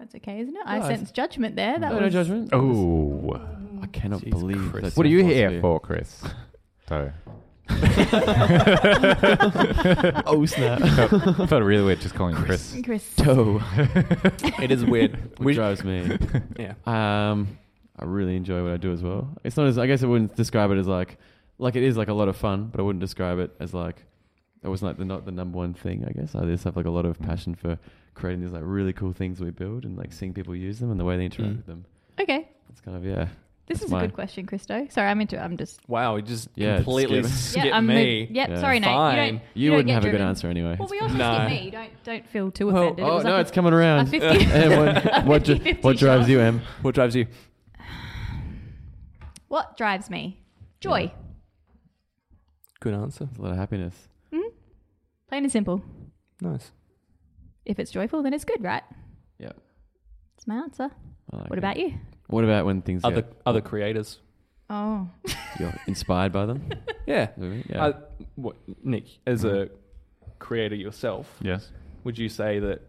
Speaker 2: That's okay, isn't it? I
Speaker 1: No, I-
Speaker 2: sense judgment there. That
Speaker 1: no,
Speaker 2: was
Speaker 1: no judgment.
Speaker 4: Oh.
Speaker 1: I cannot
Speaker 3: Jeez,
Speaker 1: believe.
Speaker 3: Chris.
Speaker 1: that's
Speaker 4: What are
Speaker 1: your
Speaker 4: you here
Speaker 1: philosophy.
Speaker 4: for, Chris? So.
Speaker 1: Oh snap!
Speaker 4: I felt really weird just calling you Chris.
Speaker 2: Chris.
Speaker 1: Toe.
Speaker 3: It is weird.
Speaker 1: What
Speaker 3: We-
Speaker 1: drives me?
Speaker 3: yeah.
Speaker 1: Um, I really enjoy what I do as well. It's not as I guess I wouldn't describe it as like like it is like a lot of fun, but I wouldn't describe it as like that was like the not the number one thing. I guess I just have like a lot of
Speaker 4: Mm.
Speaker 1: passion for creating these like really cool things we build and like seeing people use them and the way they interact
Speaker 3: Mm.
Speaker 1: with them.
Speaker 2: Okay,
Speaker 1: It's kind of yeah.
Speaker 2: this
Speaker 1: That's
Speaker 2: is
Speaker 1: my-
Speaker 2: a good question, Christo. Sorry, I'm into. I'm just.
Speaker 3: Wow. You just
Speaker 1: Yeah,
Speaker 3: completely
Speaker 1: skip-
Speaker 3: skip,
Speaker 2: I'm
Speaker 3: me.
Speaker 2: The, yep.
Speaker 1: Yeah.
Speaker 2: Sorry, Nate. You, don't,
Speaker 3: Fine.
Speaker 1: You,
Speaker 2: don't
Speaker 1: wouldn't
Speaker 2: get
Speaker 1: have a good
Speaker 2: driven.
Speaker 1: answer anyway.
Speaker 2: Well, we also
Speaker 3: No.
Speaker 2: skip me. Don't don't feel too
Speaker 3: Well,
Speaker 2: offended. it
Speaker 1: oh
Speaker 2: was
Speaker 1: no,
Speaker 2: like
Speaker 1: it's coming around.
Speaker 2: a, a 50,
Speaker 1: And what, what, dri-
Speaker 2: 50-50
Speaker 1: what drives
Speaker 2: shot.
Speaker 1: you, Em?
Speaker 3: What drives you?
Speaker 2: What drives me? Joy.
Speaker 3: Good answer.
Speaker 1: It's a lot of happiness.
Speaker 2: Plain and simple.
Speaker 3: Nice.
Speaker 2: If it's joyful, then it's good, right?
Speaker 1: Yep.
Speaker 2: It's my answer.
Speaker 1: I like
Speaker 2: What
Speaker 1: it.
Speaker 2: about you?
Speaker 1: What about when things
Speaker 3: Other
Speaker 1: get
Speaker 3: other creators.
Speaker 2: Oh,
Speaker 1: you're inspired by them?
Speaker 3: Yeah.
Speaker 1: Yeah.
Speaker 3: I, Uh, what, Nick, as a
Speaker 4: Mm-hmm.
Speaker 3: creator yourself,
Speaker 4: yes.
Speaker 3: would you say that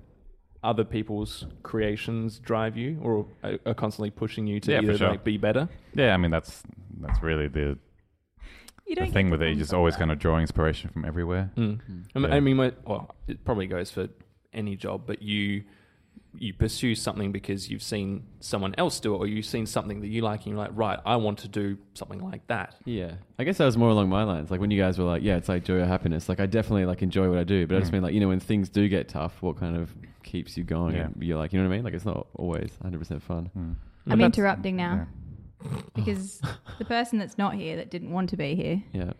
Speaker 3: other people's creations drive you or are, are constantly pushing you to
Speaker 4: Yeah, for
Speaker 3: either
Speaker 4: sure.
Speaker 3: like be better?
Speaker 4: Yeah, I mean that's that's really the,
Speaker 2: you
Speaker 4: the
Speaker 2: don't.
Speaker 4: thing
Speaker 2: get
Speaker 4: with it.
Speaker 2: to
Speaker 4: You're just always kind of drawing inspiration from everywhere.
Speaker 3: Mm. I mean,
Speaker 4: Mm. Yeah.
Speaker 3: I mean, my, well, it probably goes for any job, but you you pursue something because you've seen someone else do it or you've seen something that you like and you're like, right, I want to do something like that.
Speaker 1: Yeah, I guess that was more along my lines. Like when you guys were like, "Yeah, it's like joy or happiness." Like I definitely like enjoy what I do, but I just
Speaker 4: Mm.
Speaker 1: mean like you know when things do get tough, what kind of keeps you going?
Speaker 4: Yeah.
Speaker 1: And you're like, you know what I mean? Like it's not always 100 percent fun.
Speaker 4: Mm.
Speaker 2: I'm
Speaker 3: But
Speaker 2: interrupting now
Speaker 4: Yeah.
Speaker 2: because the person that's not here, that didn't want to be here,
Speaker 1: Yeah,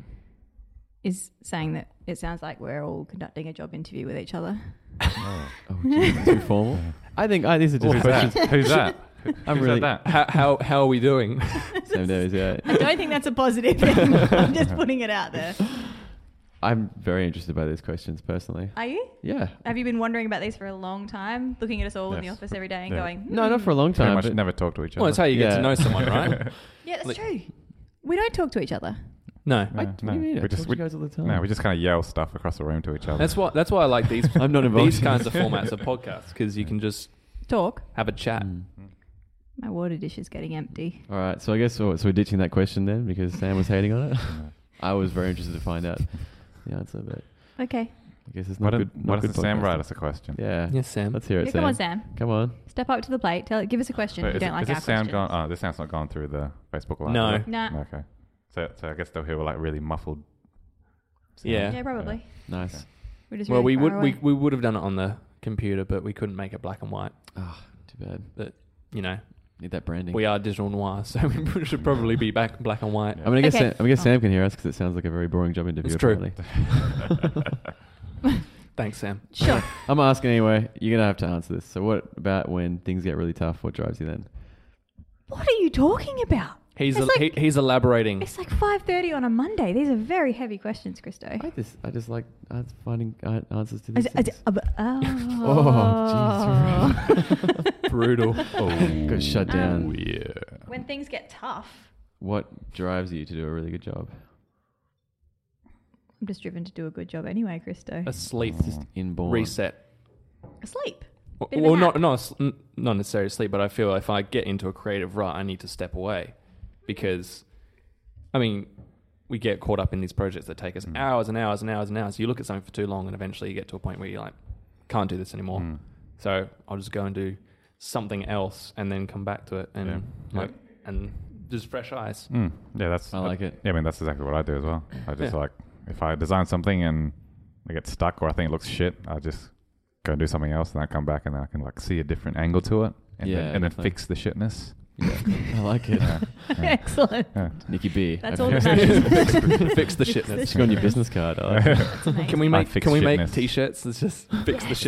Speaker 2: is saying that it sounds like we're all conducting a job interview with each other.
Speaker 4: Oh.
Speaker 1: oh, gee, that's too formal. I think I, these are just
Speaker 4: Who's that?
Speaker 1: questions.
Speaker 4: Who's that?
Speaker 1: I'm
Speaker 4: Who said
Speaker 1: really
Speaker 4: that?
Speaker 3: How, how, how are we doing?
Speaker 1: same days. Yeah,
Speaker 2: I don't think that's a positive thing. I'm just putting it out there.
Speaker 1: I'm very interested by these questions personally.
Speaker 2: Are you?
Speaker 1: Yeah,
Speaker 2: Have you been wondering about these for a long time? Looking at us all in the
Speaker 4: Yes.
Speaker 2: office every day and
Speaker 4: Yeah.
Speaker 2: going,
Speaker 1: no, not for a long
Speaker 4: Pretty
Speaker 1: time.
Speaker 4: much
Speaker 1: but-
Speaker 4: never talk to each other.
Speaker 3: well, that's how you get
Speaker 1: Yeah.
Speaker 3: to know someone, right?
Speaker 2: "Hmm." Yeah, that's
Speaker 3: Like-
Speaker 2: true. We don't talk to each other.
Speaker 3: no.
Speaker 1: I,
Speaker 4: No,
Speaker 1: what
Speaker 4: no.
Speaker 1: do you mean?
Speaker 4: We
Speaker 1: I talk
Speaker 4: just-
Speaker 1: to
Speaker 4: we-
Speaker 1: you guys all the time.
Speaker 4: No, we just kind of yell stuff across the room to each other.
Speaker 3: That's why, that's why I like these,
Speaker 1: I'm not involved.
Speaker 3: these kinds of formats of podcasts because you can just
Speaker 2: Talk.
Speaker 3: have a chat.
Speaker 1: Mm.
Speaker 2: My water dish is getting empty.
Speaker 1: All right, so I guess oh, so, so we're ditching that question then because Sam was hating on it. I was very interested to find out the answer, but
Speaker 2: Okay.
Speaker 1: I guess it's not
Speaker 4: Why don't,
Speaker 1: good. Not
Speaker 4: why
Speaker 1: good
Speaker 4: doesn't Sam
Speaker 1: podcasting.
Speaker 4: write us a question?
Speaker 1: Yeah,
Speaker 3: Yes, Sam.
Speaker 1: let's hear it,
Speaker 2: Yeah,
Speaker 1: Sam.
Speaker 2: come on, Sam.
Speaker 1: Come on.
Speaker 2: Step up to the plate. Tell Give us a question.
Speaker 4: Wait,
Speaker 2: if you
Speaker 4: is
Speaker 2: don't
Speaker 4: it-
Speaker 2: like
Speaker 4: is
Speaker 2: our
Speaker 4: this sound
Speaker 2: questions.
Speaker 4: gone? Oh, this sound's not gone through the Facebook live.
Speaker 3: No.
Speaker 4: is it?
Speaker 2: Nah.
Speaker 4: Okay. So, so I guess they'll hear like really muffled. sound.
Speaker 3: Yeah.
Speaker 2: Yeah, probably.
Speaker 1: Nice.
Speaker 4: Okay.
Speaker 2: We're just
Speaker 3: well,
Speaker 2: really
Speaker 3: we
Speaker 2: far
Speaker 3: would we,
Speaker 2: away.
Speaker 3: we would have done it on the computer, but we couldn't make it black and white.
Speaker 1: Ah, Too bad.
Speaker 3: You know,
Speaker 1: Need that branding.
Speaker 3: We are digital noir, so we should probably be back black and white.
Speaker 1: I mean, I guess
Speaker 2: Okay.
Speaker 1: Sam, I mean, I guess
Speaker 2: Oh.
Speaker 1: Sam can hear us because it sounds like a very boring job interview.
Speaker 3: It's true.
Speaker 1: apparently.
Speaker 3: Thanks, Sam.
Speaker 2: Sure.
Speaker 1: I'm asking anyway. You're gonna have to answer this. So, what about when things get really tough? What drives you then?
Speaker 2: what are you talking about?
Speaker 3: He's
Speaker 2: It's
Speaker 3: el-
Speaker 2: like-
Speaker 3: he, he's
Speaker 1: Mm.
Speaker 3: elaborating.
Speaker 2: It's like 5.30 on a Monday. These are very heavy questions, Christo.
Speaker 1: I just, I just like uh, finding uh, answers to
Speaker 2: I
Speaker 1: these
Speaker 2: d- I d-
Speaker 1: things.
Speaker 2: uh, but-
Speaker 1: Oh,
Speaker 2: oh.
Speaker 3: Brutal.
Speaker 4: Oh,
Speaker 1: Got shut
Speaker 2: Um,
Speaker 1: down.
Speaker 4: yeah.
Speaker 2: when things get tough,
Speaker 1: What drives you to do a really good job?
Speaker 2: I'm just driven to do a good job anyway, Christo.
Speaker 3: Asleep.
Speaker 1: It's just inborn.
Speaker 3: Reset.
Speaker 2: Asleep.
Speaker 3: W-
Speaker 2: Bit of a
Speaker 3: Well, not
Speaker 2: nap.
Speaker 3: not as- n- not necessarily sleep, but I feel if I get into a creative rut, I need to step away because, I mean, we get caught up in these projects that take us
Speaker 4: Mm.
Speaker 3: hours and hours and hours and hours. You look at something for too long, and eventually you get to a point where you're like, can't do this anymore.
Speaker 4: Mm.
Speaker 3: So I'll just go and do something else, and then come back to it, and
Speaker 4: Yeah.
Speaker 3: like, and just fresh eyes.
Speaker 4: Mm. Yeah, that's.
Speaker 1: I like it.
Speaker 4: Yeah, I mean that's exactly what I do as well. I just
Speaker 3: Yeah.
Speaker 4: like if I design something and I get stuck or I think it looks shit, I just go and do something else and I come back and then I can like see a different angle to it and
Speaker 1: Yeah,
Speaker 4: then, and then
Speaker 1: definitely.
Speaker 4: fix the shitness.
Speaker 1: I like it.
Speaker 4: Yeah. Yeah.
Speaker 2: Excellent.
Speaker 4: Yeah.
Speaker 1: Nikki B.
Speaker 2: That's
Speaker 1: I
Speaker 2: all
Speaker 1: think-
Speaker 2: that matters.
Speaker 3: Fix the
Speaker 2: Fix
Speaker 3: shitness.
Speaker 1: It's got on your business card. I like it.
Speaker 2: That's amazing.
Speaker 3: Can we
Speaker 4: I
Speaker 3: make
Speaker 4: fix
Speaker 3: can we make
Speaker 4: shitness.
Speaker 3: t-shirts that's just fix the
Speaker 2: Yes.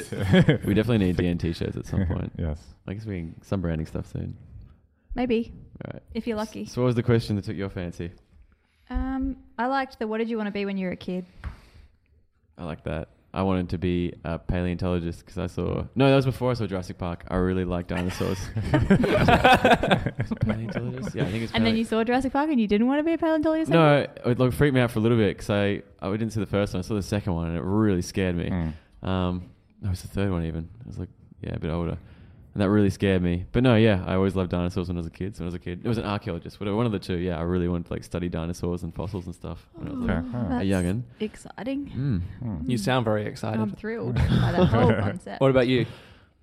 Speaker 3: shit?
Speaker 1: we definitely need DN t-shirts at some point.
Speaker 4: yes.
Speaker 1: I guess we can some branding stuff soon.
Speaker 2: Maybe,
Speaker 1: All right.
Speaker 2: if you're lucky.
Speaker 1: So, what was the question that took your fancy?
Speaker 2: Um, I liked the what did you want to be when you were a kid?
Speaker 1: I like that. I wanted to be a paleontologist because I saw. No, that was before I saw Jurassic Park. I really like dinosaurs. paleontologist? Yeah, I think it's.
Speaker 2: And then you saw Jurassic Park and you didn't want to be a paleontologist?
Speaker 1: No, it like freaked me out for a little bit because I, I didn't see the first one. I saw the second one and it really scared me.
Speaker 4: Mm.
Speaker 1: Um, no, it was the third one even. I was like, yeah, a bit older, and that really scared me. But no, yeah, I always loved dinosaurs when I was a kid. So when I was a kid, it was an archaeologist, whatever, one of the two. Yeah, I really wanted to like study dinosaurs and fossils and stuff. When I was
Speaker 2: Oh,
Speaker 1: like,
Speaker 4: Okay. Yeah.
Speaker 2: that's
Speaker 1: a youngin.
Speaker 2: Exciting.
Speaker 1: Mm.
Speaker 4: Mm.
Speaker 3: You sound very excited.
Speaker 2: I'm thrilled by that whole concept.
Speaker 3: what about you?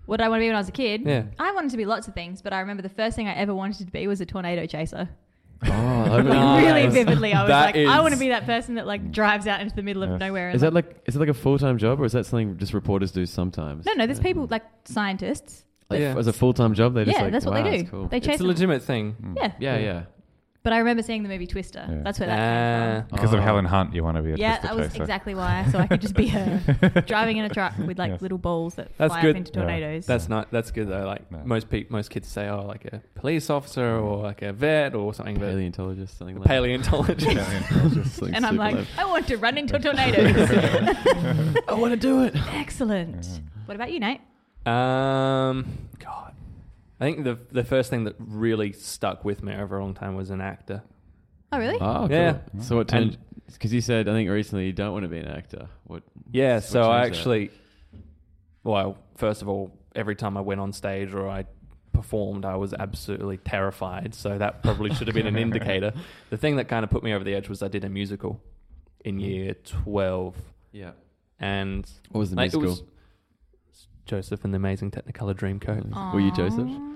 Speaker 2: What did I want to be when I was a kid?
Speaker 3: Yeah.
Speaker 2: I wanted to be lots of things, but I remember the first thing I ever wanted to be was a tornado chaser.
Speaker 1: Oh, I
Speaker 2: Like,
Speaker 1: remember-
Speaker 3: Nice.
Speaker 2: Really vividly, I was
Speaker 3: That
Speaker 2: like, I
Speaker 3: is-
Speaker 2: want to be that person that like drives out into the middle of
Speaker 4: Yes.
Speaker 2: nowhere. And
Speaker 1: Is that like is it like a full time job or is that something just reporters do sometimes?
Speaker 2: no, no? There's
Speaker 1: Yeah.
Speaker 2: people like scientists.
Speaker 1: Like,
Speaker 3: Yeah.
Speaker 1: As a full time job, they just
Speaker 2: yeah,
Speaker 1: like,
Speaker 2: that's what
Speaker 1: wow,
Speaker 2: they do.
Speaker 1: that's cool.
Speaker 2: They chase.
Speaker 3: It's a
Speaker 2: them.
Speaker 3: legitimate thing.
Speaker 4: Mm.
Speaker 2: yeah,
Speaker 1: yeah, yeah.
Speaker 2: but I remember seeing the movie Twister.
Speaker 4: Yeah.
Speaker 2: That's where
Speaker 3: Ah.
Speaker 2: that came from.
Speaker 4: Because
Speaker 1: Oh.
Speaker 4: of Helen Hunt, you want to be a
Speaker 2: Yeah,
Speaker 4: twister
Speaker 2: that was
Speaker 4: chaser.
Speaker 2: exactly why. So I could just be her driving in a truck with like
Speaker 4: Yes.
Speaker 2: little balls that
Speaker 3: That's
Speaker 2: fly
Speaker 3: good.
Speaker 2: up into
Speaker 4: Yeah.
Speaker 2: tornadoes.
Speaker 3: That's not. That's good though. Like
Speaker 4: No.
Speaker 3: most pe- most kids say, oh, like a police officer or like a vet or something. But
Speaker 1: Paleontologist, something
Speaker 3: a
Speaker 1: like
Speaker 3: paleontologist.
Speaker 4: Paleontologist.
Speaker 1: Something
Speaker 2: and I'm
Speaker 1: super
Speaker 2: like,
Speaker 1: lame.
Speaker 2: I want to run into tornadoes.
Speaker 1: I want to do it.
Speaker 2: Excellent. What about you, Nate?
Speaker 3: um, God, I think the the first thing that really stuck with me over a long time was an actor.
Speaker 2: Oh, really?
Speaker 1: Oh, cool.
Speaker 3: Yeah.
Speaker 1: So what turned? Because you said I think recently you don't want to be an actor. What?
Speaker 3: Yeah.
Speaker 1: what
Speaker 3: so I
Speaker 1: changed that?
Speaker 3: actually, well, first of all, every time I went on stage or I performed, I was absolutely terrified. So that probably should have been an indicator. The thing that kind of put me over the edge was I did a musical in year twelve,
Speaker 1: Yeah.
Speaker 3: and
Speaker 1: What was the
Speaker 3: Like, it
Speaker 1: musical?
Speaker 3: was- Joseph and the Amazing Technicolor Dreamcoat.
Speaker 2: Mm.
Speaker 1: Were you Joseph?
Speaker 2: Aw.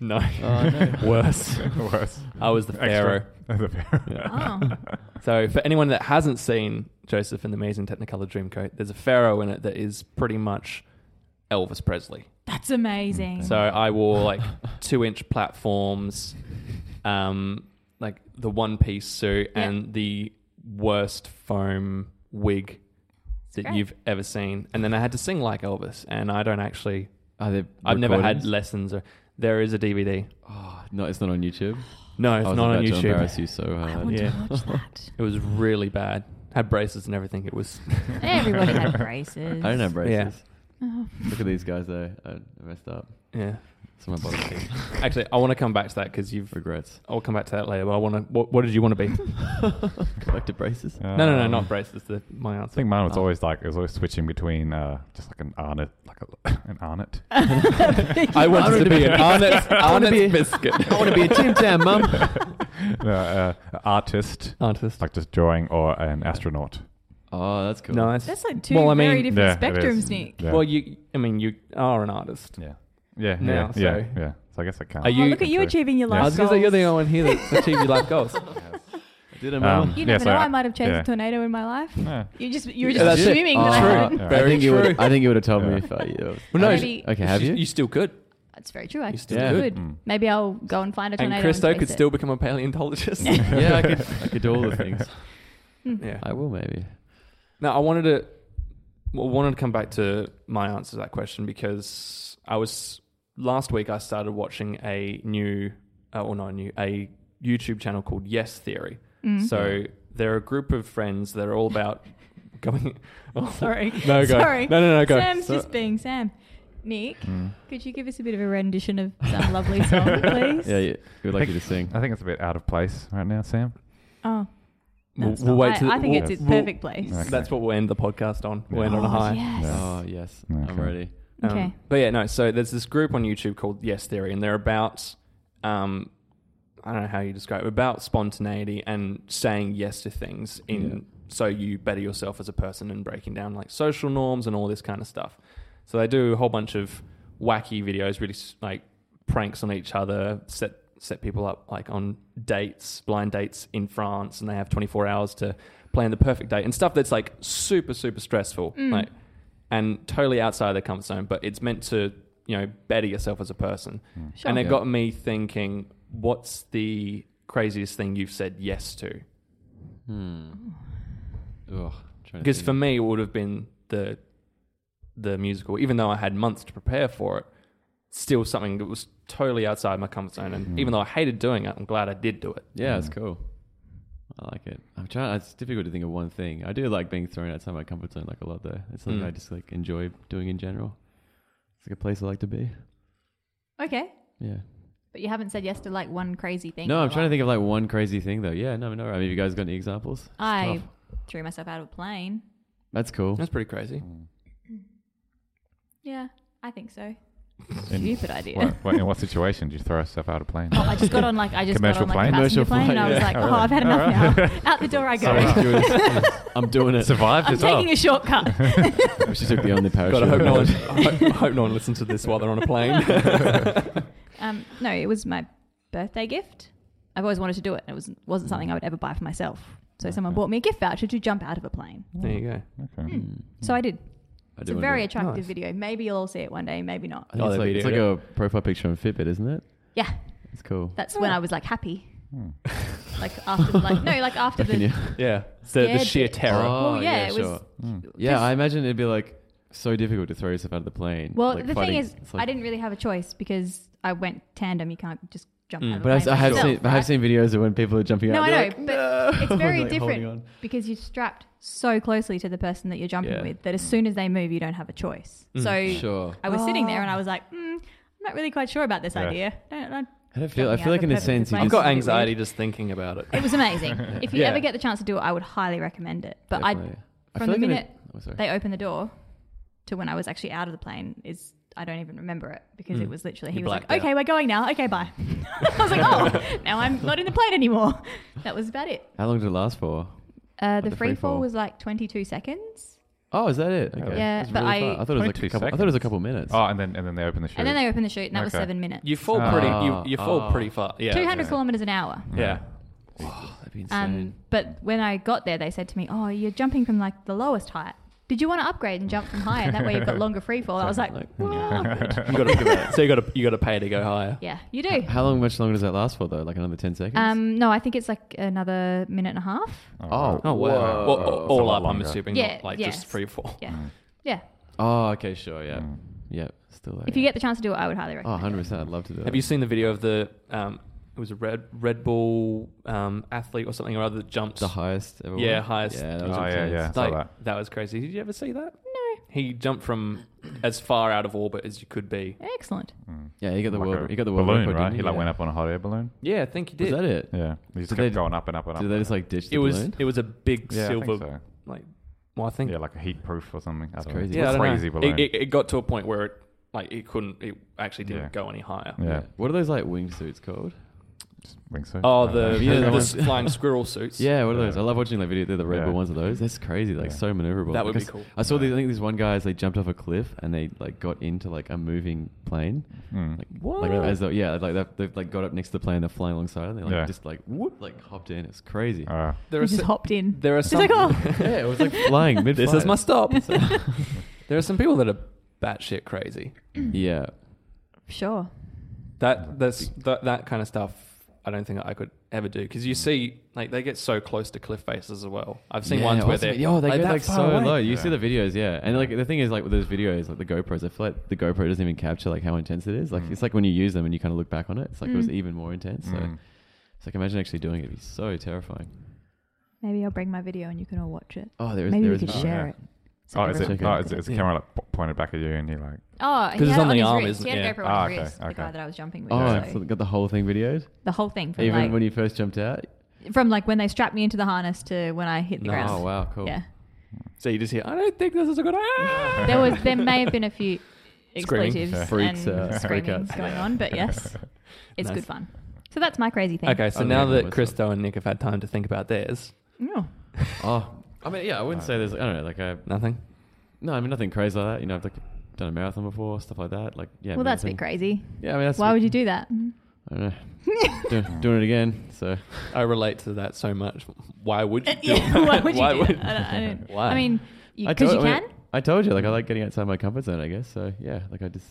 Speaker 3: No,
Speaker 1: Oh, no.
Speaker 3: worse.
Speaker 4: Worse.
Speaker 3: I was the pharaoh.
Speaker 4: Extra. the pharaoh.
Speaker 2: Oh.
Speaker 3: So for anyone that hasn't seen Joseph and the Amazing Technicolor Dreamcoat, there's a pharaoh in it that is pretty much Elvis Presley.
Speaker 2: That's amazing.
Speaker 3: So I wore like two inch platforms, um, like the one piece suit
Speaker 2: Yeah.
Speaker 3: and the worst foam wig that
Speaker 2: great.
Speaker 3: you've ever seen. And then I had to sing like Elvis. And I don't actually,
Speaker 1: Are there
Speaker 3: I've never had
Speaker 1: recordings?
Speaker 3: lessons or there is a DVD.
Speaker 1: Oh, no, it's not on YouTube.
Speaker 3: No,
Speaker 1: I
Speaker 3: it's
Speaker 1: was
Speaker 3: not
Speaker 1: about
Speaker 3: on
Speaker 1: to
Speaker 3: YouTube.
Speaker 1: embarrass you so
Speaker 2: I
Speaker 1: hard.
Speaker 2: want
Speaker 3: yeah.
Speaker 2: to watch that.
Speaker 3: It was really bad. Had braces and everything. It was
Speaker 2: Everybody had braces.
Speaker 1: I don't have braces.
Speaker 2: Oh.
Speaker 1: Look at these guys though. I messed up.
Speaker 3: yeah.
Speaker 1: It's my bottom teeth.
Speaker 3: Actually, I want to come back to that because you've.
Speaker 1: Regrets.
Speaker 3: I'll come back to that later. But I want to. What, what did you want to be?
Speaker 1: Collected braces.
Speaker 4: Um,
Speaker 3: no, no, no,
Speaker 1: Uh,
Speaker 3: not braces. The, my answer.
Speaker 4: I think mine was
Speaker 1: Oh.
Speaker 4: always like it was always switching between uh, just like an Arnott, like a, an Arnott.
Speaker 3: I wanted to be an Arnott's,
Speaker 1: I wanna be-
Speaker 3: Arnott's biscuit.
Speaker 1: I want to be a Tim Tam, mum.
Speaker 4: no, uh, artist,
Speaker 3: Artist.
Speaker 4: like just drawing, or an astronaut.
Speaker 1: Oh, that's cool.
Speaker 3: Nice.
Speaker 2: That's like two
Speaker 3: Well, I mean-
Speaker 2: very different
Speaker 4: Yeah, it is.
Speaker 2: spectrums, Nick.
Speaker 4: Yeah.
Speaker 3: Well, you. I mean, you are an artist.
Speaker 4: yeah, yeah,
Speaker 3: Now,
Speaker 4: yeah,
Speaker 3: so-
Speaker 4: yeah, yeah. So I guess I can't.
Speaker 3: Are
Speaker 2: Oh,
Speaker 3: you-
Speaker 2: look at you
Speaker 4: Sorry.
Speaker 2: achieving your
Speaker 4: Yeah.
Speaker 2: life
Speaker 3: I was going to say you're the only one here that's achieved your life goals.
Speaker 1: Did a
Speaker 4: Um,
Speaker 1: mum.
Speaker 2: You
Speaker 4: Yeah,
Speaker 2: never
Speaker 4: so
Speaker 2: know.
Speaker 4: I-
Speaker 2: I might have chased
Speaker 4: yeah.
Speaker 2: a tornado in my life.
Speaker 4: Yeah.
Speaker 2: You just you were
Speaker 3: Yeah,
Speaker 2: just
Speaker 3: that's it.
Speaker 2: assuming that
Speaker 1: Oh,
Speaker 2: I
Speaker 3: True.
Speaker 2: hadn't.
Speaker 4: Yeah.
Speaker 1: I
Speaker 3: Very
Speaker 1: think you
Speaker 3: true.
Speaker 1: would. I think you would have told me if I. You know,
Speaker 3: Well, no,
Speaker 2: Maybe-
Speaker 1: okay, have
Speaker 3: You
Speaker 1: you?
Speaker 3: still could.
Speaker 2: That's very true. I
Speaker 3: You still
Speaker 1: Yeah.
Speaker 3: good.
Speaker 2: could.
Speaker 4: Mm.
Speaker 2: Maybe I'll go and find a tornado.
Speaker 3: And Christo
Speaker 2: and
Speaker 3: could
Speaker 2: face it.
Speaker 3: still become a paleontologist.
Speaker 1: yeah, I could, I could do all the things.
Speaker 2: Mm.
Speaker 3: yeah.
Speaker 1: I will maybe.
Speaker 3: No, I wanted to well, wanted to come back to my answer to that question because I was last week I started watching a new uh, or not a new a YouTube channel called Yes Theory.
Speaker 2: Mm.
Speaker 3: So they're a group of friends that are all about going. Oh,
Speaker 2: Sorry.
Speaker 3: No, go.
Speaker 2: Sorry.
Speaker 3: No, no, no, go.
Speaker 2: Sam's
Speaker 3: So-
Speaker 2: just being Sam. Nick,
Speaker 4: Mm.
Speaker 2: could you give us a bit of a rendition of some lovely song, please?
Speaker 1: Yeah, yeah. We'd like you to sing.
Speaker 4: I think it's a bit out of place right now, Sam.
Speaker 2: Oh, no,
Speaker 3: We'll-
Speaker 2: it's
Speaker 3: we'll
Speaker 2: not.
Speaker 3: wait
Speaker 2: I,
Speaker 3: till-
Speaker 2: I think
Speaker 3: we'll-
Speaker 2: it's its
Speaker 3: we'll-
Speaker 2: perfect place.
Speaker 4: Okay.
Speaker 3: That's what we'll end the podcast on. We'll end on a
Speaker 2: Oh,
Speaker 3: high.
Speaker 2: Yes.
Speaker 1: Oh yes, I'm
Speaker 4: Okay.
Speaker 1: ready.
Speaker 3: Um,
Speaker 2: Okay.
Speaker 3: but yeah, no. So there's this group on YouTube called Yes Theory, and they're about, um, I don't know how you describe it, about spontaneity and saying yes to things in
Speaker 1: Yeah.
Speaker 3: so you better yourself as a person and breaking down like social norms and all this kind of stuff. So they do a whole bunch of wacky videos, really s- like pranks on each other, set set people up like on dates, blind dates in France, and they have 24 hours to plan the perfect date and stuff that's like super super stressful,
Speaker 2: Mm.
Speaker 3: like and totally outside of their comfort zone, but it's meant to you know better yourself as a person.
Speaker 4: Mm.
Speaker 2: Sure.
Speaker 3: and it
Speaker 1: Yeah.
Speaker 3: got me thinking, what's the craziest thing you've said yes to?
Speaker 1: Hmm.
Speaker 2: Oh.
Speaker 1: Ugh, trying to
Speaker 3: Because
Speaker 1: think.
Speaker 3: for me, it would have been the the musical, even though I had months to prepare for it. Still, something that was totally outside my comfort zone, and
Speaker 4: Mm.
Speaker 3: even though I hated doing it, I'm glad I did do it.
Speaker 1: Yeah, it's
Speaker 4: Mm.
Speaker 1: cool. I like it. I'm trying. It's difficult to think of one thing. I do like being thrown outside my comfort zone like a lot though. It's something
Speaker 3: Mm.
Speaker 1: I just like enjoy doing in general. It's like a place I like to be.
Speaker 2: Okay.
Speaker 1: Yeah.
Speaker 2: But you haven't said yes to like one crazy thing.
Speaker 1: no,
Speaker 2: in
Speaker 1: I'm
Speaker 2: your
Speaker 1: trying to
Speaker 2: life.
Speaker 1: think of like one crazy thing though. Yeah, no, no. I mean, have you guys got any examples? It's
Speaker 2: I
Speaker 1: tough.
Speaker 2: threw myself out of a plane.
Speaker 1: That's cool.
Speaker 3: That's pretty crazy.
Speaker 4: Mm.
Speaker 2: Yeah, I think so.
Speaker 4: In
Speaker 2: Stupid idea.
Speaker 4: What, what, in what situation did you throw yourself out of plane?
Speaker 2: Oh, I just got on like I just
Speaker 4: Commercial
Speaker 2: got on
Speaker 4: plane?
Speaker 2: like a passenger
Speaker 1: Commercial
Speaker 2: plane, and I
Speaker 1: plane,
Speaker 2: was
Speaker 1: yeah.
Speaker 2: like,
Speaker 4: All
Speaker 2: oh,
Speaker 4: right.
Speaker 2: I've had
Speaker 4: All
Speaker 2: enough
Speaker 4: right.
Speaker 2: now. Out the door I go.
Speaker 4: Sorry.
Speaker 2: I'm
Speaker 1: I'm doing it.
Speaker 4: Survived as well.
Speaker 2: taking a shortcut.
Speaker 1: she took the only parachute.
Speaker 3: God, I hope no one, I hope, I hope no one listens to this while they're on a plane.
Speaker 2: Um, no, it was my birthday gift. I've always wanted to do it. and It was wasn't something I would ever buy for myself. So someone
Speaker 4: Okay.
Speaker 2: bought me a gift voucher to jump out of a plane.
Speaker 3: there you go.
Speaker 4: Okay.
Speaker 1: Mm.
Speaker 2: So I did.
Speaker 1: I
Speaker 2: It's
Speaker 1: do
Speaker 2: a
Speaker 1: wanna
Speaker 2: very
Speaker 1: do it.
Speaker 2: attractive
Speaker 3: Nice.
Speaker 2: video. Maybe you'll all see it one day. Maybe not.
Speaker 1: I think
Speaker 3: Oh,
Speaker 1: it's
Speaker 3: they
Speaker 1: like, it's like
Speaker 3: videoed
Speaker 1: a profile picture on Fitbit, isn't it?
Speaker 2: Yeah,
Speaker 1: It's cool.
Speaker 2: that's when I was like happy,
Speaker 4: Hmm.
Speaker 2: like after like no, like after
Speaker 1: Reckon
Speaker 2: the
Speaker 1: you-
Speaker 3: Yeah, the, the
Speaker 2: Scared
Speaker 3: sheer
Speaker 2: bit.
Speaker 3: terror. Mm.
Speaker 1: Oh,
Speaker 2: Well, yeah, it was-
Speaker 4: Hmm.
Speaker 1: Yeah, I imagine it'd be like so difficult to throw yourself out of the plane.
Speaker 2: Well,
Speaker 1: Like,
Speaker 2: the
Speaker 1: fighting-
Speaker 2: thing is,
Speaker 1: it's like-
Speaker 2: I didn't really have a choice because I went tandem. You can't just jump
Speaker 3: Mm.
Speaker 2: out of a
Speaker 1: But I've,
Speaker 2: plane
Speaker 1: I
Speaker 2: by
Speaker 1: have
Speaker 2: yourself,
Speaker 1: seen I have
Speaker 2: right?
Speaker 1: seen videos of when people are jumping
Speaker 2: No,
Speaker 1: out.
Speaker 2: I know,
Speaker 1: they're like,
Speaker 2: but
Speaker 1: "No,"
Speaker 2: it's very
Speaker 1: like, holding
Speaker 2: different
Speaker 1: on.
Speaker 2: because you're strapped so closely to the person that you're jumping
Speaker 1: Yeah.
Speaker 2: with that as soon as they move, you don't have a choice.
Speaker 3: Mm.
Speaker 2: So
Speaker 1: Sure.
Speaker 2: I was sitting there and
Speaker 1: Ah.
Speaker 2: I was like, mm, I'm not really quite sure about this
Speaker 4: Yeah.
Speaker 2: idea. Don't, don't.
Speaker 1: I don't feel. I
Speaker 2: Jumping
Speaker 1: feel
Speaker 2: out
Speaker 1: like
Speaker 2: of
Speaker 1: in a
Speaker 2: a perfectly
Speaker 1: sense, you
Speaker 2: fine-
Speaker 3: I've
Speaker 1: just,
Speaker 3: got
Speaker 2: It's a bit
Speaker 3: anxiety
Speaker 2: weird.
Speaker 3: just thinking about it.
Speaker 2: It was amazing. if you
Speaker 3: Yeah.
Speaker 2: ever get the chance to do it, I would highly recommend it. But I,
Speaker 1: definitely- I feel
Speaker 2: from the
Speaker 1: like in a-
Speaker 2: minute
Speaker 1: oh, sorry.
Speaker 2: they opened the door to when I was actually out of the plane is I don't even remember it because it
Speaker 3: Mm.
Speaker 2: was literally
Speaker 3: You
Speaker 2: he was like,
Speaker 3: blacked out.
Speaker 2: "Okay, we're going now. Okay, bye." I was like, "Oh, now I'm not in the plane anymore." That was about it.
Speaker 1: How long did it last for?
Speaker 2: Uh, the,
Speaker 1: the free
Speaker 2: free fall
Speaker 1: fall.
Speaker 2: was like 22 seconds,
Speaker 1: Oh, is that it? Okay.
Speaker 2: Yeah,
Speaker 1: That's
Speaker 2: but
Speaker 1: really
Speaker 2: I-
Speaker 1: far. I thought it was like a
Speaker 4: 22
Speaker 1: couple. I thought it was a couple minutes.
Speaker 4: Oh, and then and then they open the show.
Speaker 2: and then they opened the chute, and that was
Speaker 4: Okay.
Speaker 2: seven minutes.
Speaker 3: You fall
Speaker 4: Ah.
Speaker 3: pretty. You, you fall
Speaker 2: Oh.
Speaker 1: Ah.
Speaker 3: pretty far. Yeah.
Speaker 2: 200
Speaker 4: yeah.
Speaker 2: kilometers an hour.
Speaker 3: Yeah.
Speaker 1: that'd be
Speaker 2: Um,
Speaker 1: insane.
Speaker 2: but when I got there, they said to me, "Oh, you're jumping from like the lowest height. Did you want to upgrade and jump from higher? That way you've got longer free fall." I was like,
Speaker 1: Like-
Speaker 2: "Whoa."
Speaker 3: You gotta think about it. So you got to you got to pay to go higher.
Speaker 2: "Yeah, you do."
Speaker 1: How long? Much longer does that last for though? Like another ten seconds?
Speaker 2: Um, no, I think it's like another minute and a half.
Speaker 1: Oh.
Speaker 3: Oh wow!
Speaker 1: Whoa.
Speaker 3: Well, all- all
Speaker 4: Somewhat
Speaker 3: up, I'm
Speaker 4: longer.
Speaker 3: assuming.
Speaker 2: Yeah,
Speaker 3: not like
Speaker 2: yes.
Speaker 3: just free fall.
Speaker 2: Yeah,
Speaker 4: Mm.
Speaker 2: yeah.
Speaker 1: oh, okay, sure, yeah,
Speaker 4: Mm.
Speaker 1: Oh, yeah, still there.
Speaker 2: If you get the chance to do it, I would highly
Speaker 1: oh,
Speaker 2: recommend.
Speaker 1: 100 percent, I'd love to do it.
Speaker 3: Have you seen the video of the? Um, it was a red Red Bull um, athlete or something or other that jumped.
Speaker 1: the highest? Ever
Speaker 3: Yeah,
Speaker 1: one?
Speaker 3: highest.
Speaker 1: Yeah, that was
Speaker 4: Oh, yeah,
Speaker 1: intense.
Speaker 4: yeah. I saw
Speaker 3: like,
Speaker 4: that.
Speaker 3: was crazy. Did you ever see that?
Speaker 2: No,
Speaker 3: He jumped from as far out of orbit as you could be.
Speaker 2: excellent.
Speaker 4: Mm.
Speaker 1: Yeah, he got the
Speaker 4: Like
Speaker 1: world.
Speaker 4: a
Speaker 1: He got the world
Speaker 4: balloon,
Speaker 1: record,
Speaker 4: right?
Speaker 1: didn't
Speaker 4: He like
Speaker 1: Yeah.
Speaker 4: went up on a hot air balloon.
Speaker 3: Yeah, I think he
Speaker 1: Was
Speaker 3: did.
Speaker 1: that it?
Speaker 4: Yeah, he just
Speaker 1: Did
Speaker 4: kept
Speaker 1: they-
Speaker 4: going up and up and up.
Speaker 1: Did they just like ditch the
Speaker 3: It was
Speaker 1: balloon?
Speaker 3: it was a big
Speaker 4: yeah,
Speaker 3: silver
Speaker 4: I think so.
Speaker 3: like. Well, I think
Speaker 4: yeah, like a heat proof or something.
Speaker 1: That's
Speaker 4: I don't know.
Speaker 1: crazy.
Speaker 4: It's
Speaker 1: Yeah,
Speaker 4: a
Speaker 3: I don't know.
Speaker 4: crazy balloon.
Speaker 3: It, it, it got to a point where it like it couldn't. It actually didn't
Speaker 4: Yeah.
Speaker 3: go any higher.
Speaker 4: yeah,
Speaker 1: What are those like wingsuits called?
Speaker 4: I think so.
Speaker 3: Oh,
Speaker 4: I don't
Speaker 3: the,
Speaker 4: know.
Speaker 1: Yeah,
Speaker 3: the,
Speaker 1: the
Speaker 3: the s-
Speaker 1: ones-
Speaker 3: flying squirrel suits.
Speaker 1: Yeah, what are those?
Speaker 4: Yeah.
Speaker 1: I love watching like video. They're the Red
Speaker 4: Yeah.
Speaker 1: Bull ones of those. That's crazy. Like
Speaker 4: Yeah.
Speaker 1: so maneuverable.
Speaker 3: That would
Speaker 1: Like, I
Speaker 3: be
Speaker 1: s-
Speaker 3: cool.
Speaker 1: I saw
Speaker 4: Yeah.
Speaker 1: these. I think this one guy is they jumped off a cliff and they like got into like a moving plane.
Speaker 4: Mm.
Speaker 1: Like
Speaker 3: What?
Speaker 1: Like
Speaker 4: Really?
Speaker 1: as though yeah, like they've, they've like got up next to the plane. They're flying alongside. And they like
Speaker 4: Yeah.
Speaker 1: just like whoop, like hopped in. It's crazy.
Speaker 4: Uh,
Speaker 3: There
Speaker 2: He
Speaker 3: are
Speaker 2: just
Speaker 3: so-
Speaker 2: hopped in.
Speaker 3: there are
Speaker 2: He's
Speaker 3: some.
Speaker 2: like, "Oh."
Speaker 1: yeah, it was like flying mid.
Speaker 3: This is my stop. there are some people that are batshit crazy.
Speaker 1: Yeah.
Speaker 2: Sure.
Speaker 3: That that's that, that kind of stuff. I don't think I could ever do because you
Speaker 2: Mm.
Speaker 3: see, like they get so close to cliff faces as well. I've seen
Speaker 1: Yeah,
Speaker 3: ones where
Speaker 1: also-
Speaker 3: they're
Speaker 1: oh, they
Speaker 3: like,
Speaker 1: go
Speaker 3: that
Speaker 1: like
Speaker 3: far
Speaker 1: so
Speaker 3: away.
Speaker 1: low. You
Speaker 4: Yeah.
Speaker 1: see the videos, yeah. And like the thing is, like with those videos, like the GoPros, I feel like the GoPro doesn't even capture like how intense it is. Like
Speaker 4: Mm.
Speaker 1: it's like when you use them and you kind of look back on it, it's like it was
Speaker 2: Mm.
Speaker 1: even more intense. So
Speaker 4: Mm.
Speaker 1: it's like imagine actually doing it. It'd be so terrifying.
Speaker 2: Maybe I'll bring my video and you can all watch it.
Speaker 1: Oh, there is.
Speaker 2: Maybe
Speaker 1: there
Speaker 2: we
Speaker 1: is
Speaker 2: could
Speaker 1: an-
Speaker 4: share.
Speaker 2: share
Speaker 4: yeah.
Speaker 2: it. So
Speaker 4: Oh, is
Speaker 1: check
Speaker 4: it?
Speaker 1: it
Speaker 4: No,
Speaker 1: out.
Speaker 4: it's, it's a
Speaker 3: Yeah.
Speaker 4: camera like po- pointed back at you, and you're like,
Speaker 2: Oh, he
Speaker 3: 'Cause
Speaker 2: had
Speaker 3: it's
Speaker 2: it
Speaker 3: on the
Speaker 2: his
Speaker 3: arm,
Speaker 2: wrist.
Speaker 3: isn't
Speaker 2: He had
Speaker 3: it?
Speaker 2: a GoPro on
Speaker 4: Ah,
Speaker 2: his
Speaker 4: okay,
Speaker 2: wrist, the
Speaker 4: okay.
Speaker 2: guy that I was jumping with.
Speaker 1: Oh,
Speaker 2: so
Speaker 1: it's got the whole thing videoed.
Speaker 2: the whole thing from
Speaker 1: Even
Speaker 2: like
Speaker 1: when you first jumped out.
Speaker 2: from like when they strapped me into the harness to when I hit the
Speaker 3: No.
Speaker 2: ground.
Speaker 1: Oh wow, cool.
Speaker 2: Yeah.
Speaker 3: So you just hear, I don't think this is a good. Ah!
Speaker 2: There was there may have been a few
Speaker 3: Screaming.
Speaker 2: expletives
Speaker 1: Freaks,
Speaker 2: and
Speaker 1: uh,
Speaker 2: screamings
Speaker 1: freakouts.
Speaker 2: going on, but yes, it's
Speaker 3: Nice.
Speaker 2: good fun. So that's my crazy thing.
Speaker 3: Okay, so
Speaker 1: I
Speaker 3: now
Speaker 1: don't know
Speaker 3: that
Speaker 1: what's
Speaker 3: Christo and Nick have had time to think about theirs,
Speaker 2: No.
Speaker 1: Oh, I mean, yeah, I wouldn't say there's. I don't know. Like I,
Speaker 3: nothing.
Speaker 1: no, I mean nothing crazy like that. You know, I've like done a marathon before, stuff like that. Like yeah.
Speaker 2: well, that's a bit
Speaker 1: nothing-
Speaker 2: crazy.
Speaker 1: Yeah, I mean that's.
Speaker 2: Why would you do that?
Speaker 1: I don't know. doing, doing it again. So
Speaker 3: I relate to that so much. Why would you? Do
Speaker 2: yeah,
Speaker 3: it?
Speaker 2: why would you
Speaker 3: Why
Speaker 2: do
Speaker 3: would-
Speaker 2: that? I, don't, I, don't,
Speaker 3: Why?
Speaker 2: I mean,
Speaker 1: I
Speaker 2: because you,
Speaker 1: told- I mean,
Speaker 2: can,
Speaker 1: I told you, like I like getting outside my comfort zone. I guess so. Yeah, like I just.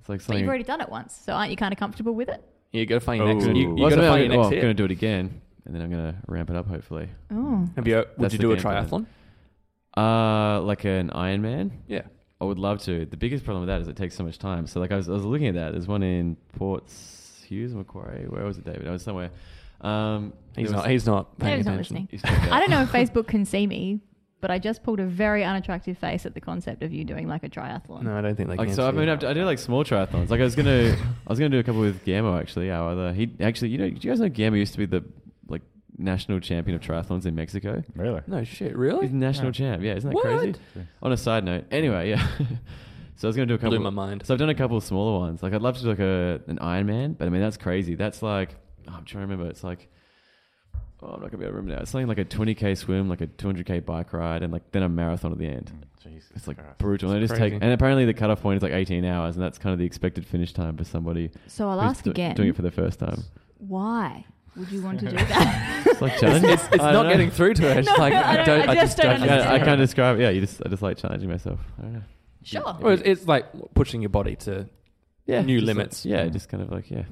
Speaker 1: It's like
Speaker 2: but
Speaker 1: something.
Speaker 2: you've already done it once, so aren't you kind of comfortable with it?
Speaker 3: you gotta find
Speaker 2: Oh,
Speaker 3: your next.
Speaker 4: Ooh.
Speaker 3: You,
Speaker 1: Well,
Speaker 3: you
Speaker 1: I
Speaker 3: gotta
Speaker 1: mean,
Speaker 3: find your
Speaker 1: well,
Speaker 3: next
Speaker 1: I'm
Speaker 3: hit.
Speaker 1: gonna do it again, and then I'm gonna ramp it up hopefully.
Speaker 2: Oh,
Speaker 3: Have you? Would
Speaker 1: That's
Speaker 3: you
Speaker 1: the
Speaker 3: do a
Speaker 1: game plan.
Speaker 3: triathlon?
Speaker 1: Uh, like an Ironman.
Speaker 3: Yeah.
Speaker 1: I would love to. The biggest problem with that is it takes so much time. So like I was, I was looking at that. There's one in Port Hughes, Macquarie. Where was it, David? I was somewhere. Um,
Speaker 3: He's
Speaker 1: there was-
Speaker 3: not. He's not paying
Speaker 2: David's not
Speaker 3: attention.
Speaker 2: listening.
Speaker 1: He's not there.
Speaker 2: I don't know if Facebook can see me, but I just pulled a very unattractive face at the concept of you doing like a triathlon.
Speaker 3: No, I don't think they
Speaker 1: Like
Speaker 3: can.
Speaker 1: so, I
Speaker 3: see
Speaker 1: mean,
Speaker 3: that.
Speaker 1: I've- I do like small triathlons. Like I was gonna, I was gonna do a couple with Gamma actually. Our other, he actually, you know, do you guys know Gamma used to be the like national champion of triathlons in Mexico?
Speaker 4: really?
Speaker 3: No shit, really?
Speaker 1: He's national
Speaker 4: Yeah.
Speaker 1: champ. Yeah, isn't that
Speaker 3: What?
Speaker 1: crazy? On a side note, anyway, yeah. so I was gonna do a couple.
Speaker 3: Blew my mind.
Speaker 1: So I've done a couple of smaller ones. Like I'd love to do like a an Ironman, but I mean that's crazy. That's like oh, I'm trying to remember. It's like oh, I'm not gonna be able to remember now. It's something like a 20k swim, like a 200k bike ride, and like then a marathon at the end.
Speaker 4: Jesus
Speaker 1: It's like
Speaker 4: Christ.
Speaker 1: brutal. And it
Speaker 3: It's
Speaker 1: just take
Speaker 3: crazy.
Speaker 1: and apparently the cutoff point is like 18 hours, and that's kind of the expected finish time for somebody
Speaker 2: So I'll
Speaker 1: who's
Speaker 2: ask
Speaker 1: do-
Speaker 2: again.
Speaker 1: doing it for the first time.
Speaker 2: why would you want to do that?
Speaker 1: It's like challenging.
Speaker 3: It's, it's
Speaker 1: I
Speaker 3: not
Speaker 1: don't know.
Speaker 3: getting through to her. She's
Speaker 2: No,
Speaker 3: like,
Speaker 2: I
Speaker 3: I
Speaker 2: don't-
Speaker 3: don't.
Speaker 2: I
Speaker 3: I
Speaker 2: just
Speaker 3: just
Speaker 2: don't
Speaker 1: I,
Speaker 3: don't.
Speaker 1: can't- I
Speaker 2: understand.
Speaker 1: can't describe. Yeah, you just I just like challenging myself. I don't know.
Speaker 2: sure.
Speaker 3: Well, it's, it's like pushing your body to
Speaker 1: yeah,
Speaker 3: new
Speaker 1: just like-
Speaker 3: limits.
Speaker 1: yeah, just kind of like yeah,